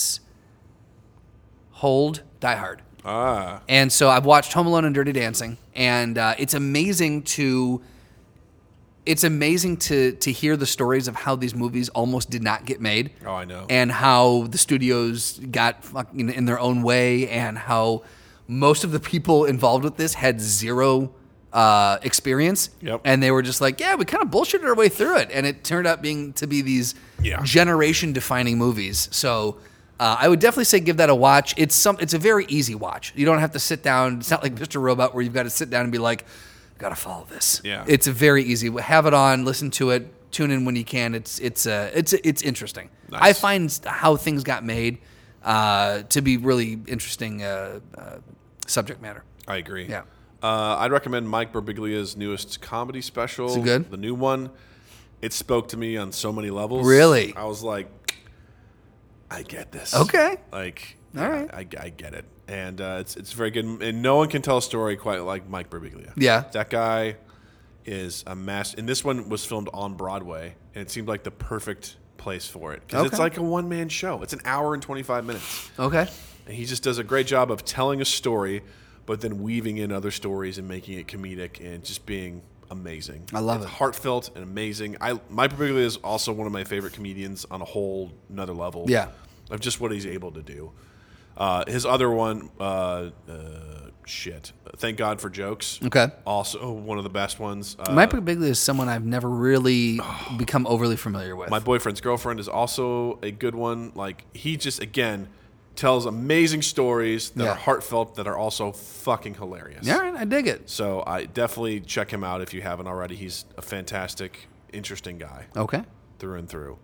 Speaker 1: Hold Die Hard.
Speaker 3: ah,
Speaker 1: And so I've watched Home Alone and Dirty Dancing, and uh, it's amazing to it's amazing to to hear the stories of how these movies almost did not get made.
Speaker 3: Oh, I know.
Speaker 1: And how the studios got fucking in their own way, and how most of the people involved with this had zero uh, experience.
Speaker 3: Yep.
Speaker 1: And they were just like, yeah, we kind of bullshitted our way through it, and it turned out being to be these
Speaker 3: Yeah.
Speaker 1: generation defining movies. So uh, I would definitely say give that a watch. It's some it's a very easy watch. You don't have to sit down. It's not like Mr. Robot where you've got to sit down and be like, gotta follow this.
Speaker 3: Yeah.
Speaker 1: It's a very easy. Have it on, listen to it, tune in when you can. It's it's uh, it's it's interesting.
Speaker 3: Nice.
Speaker 1: I find how things got made uh, to be really interesting uh, uh, subject matter.
Speaker 3: I agree.
Speaker 1: Yeah.
Speaker 3: Uh, I'd recommend Mike Birbiglia's newest comedy special.
Speaker 1: it good?
Speaker 3: The new one. It spoke to me on so many levels.
Speaker 1: Really?
Speaker 3: I was like, I get this.
Speaker 1: Okay.
Speaker 3: Like,
Speaker 1: All right.
Speaker 3: I, I, I get it. And uh, it's, it's very good. And no one can tell a story quite like Mike Birbiglia.
Speaker 1: Yeah.
Speaker 3: That guy is a master. And this one was filmed on Broadway, and it seemed like the perfect place for it. Because it's
Speaker 1: Okay.
Speaker 3: like a one man show, it's an hour and 25 minutes.
Speaker 1: Okay.
Speaker 3: And he just does a great job of telling a story, but then weaving in other stories and making it comedic and just being amazing.
Speaker 1: I love
Speaker 3: It's
Speaker 1: it.
Speaker 3: Heartfelt and amazing. I Mike Birbiglia is also one of my favorite comedians on a whole another level.
Speaker 1: Yeah.
Speaker 3: of just what he's able to do. Uh, his other one, uh, uh, shit. Thank God for jokes.
Speaker 1: Okay.
Speaker 3: Also one of the best ones. Uh,
Speaker 1: Mike Birbiglia is someone I've never really become overly familiar with.
Speaker 3: my boyfriend's girlfriend is also a good one. Like he just again tells amazing stories that
Speaker 1: Yeah.
Speaker 3: are heartfelt that are also fucking hilarious.
Speaker 1: All right, I dig it.
Speaker 3: So I definitely check him out if you haven't already. He's a fantastic, interesting guy
Speaker 1: Okay.
Speaker 3: through and through.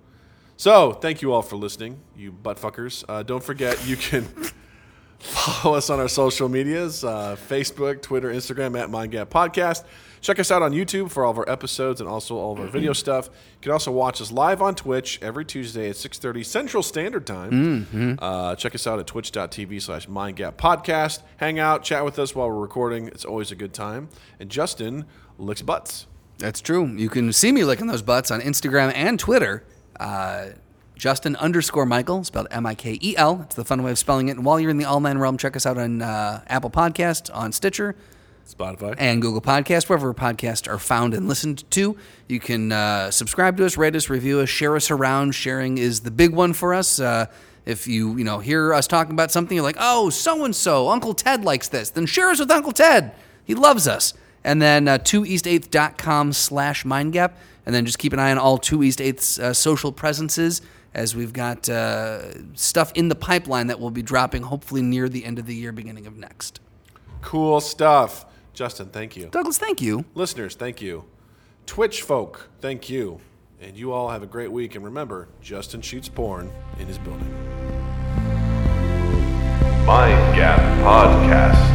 Speaker 3: So thank you all for listening, you butt fuckers. Uh, don't forget you can follow us on our social medias: uh, Facebook, Twitter, Instagram at Mind Gap Podcast. Check us out on YouTube for all of our episodes and also all of our video stuff. You can also watch us live on Twitch every Tuesday at 6.30 Central Standard Time. Uh, check us out at twitch.tv slash Mind Gap Podcast. Hang out, chat with us while we're recording. It's always a good time. And Justin licks butts.
Speaker 1: That's true. You can see me licking those butts on Instagram and Twitter. Uh, Justin underscore Michael, spelled M I K E L. It's the fun way of spelling it. And while you're in the All Man realm, check us out on uh, Apple Podcasts, on Stitcher,
Speaker 3: Spotify.
Speaker 1: and Google Podcast, wherever podcasts are found and listened to. You can uh, subscribe to us, rate us, review us, share us around. Sharing is the big one for us. Uh, if you you know hear us talking about something, you're like, oh, so and so, Uncle Ted likes this. Then share us with Uncle Ted. He loves us. And then uh, 2east8th.com slash mindgap. And then just keep an eye on all 2 East 8th's uh, social presences as we've got uh, stuff in the pipeline that will be dropping hopefully near the end of the year, beginning of next.
Speaker 3: Cool stuff. Justin, thank you.
Speaker 1: Douglas, thank you.
Speaker 3: Listeners, thank you. Twitch folk, thank you. And you all have a great week. And remember, Justin shoots porn in his building.
Speaker 2: Mind Gap Podcast.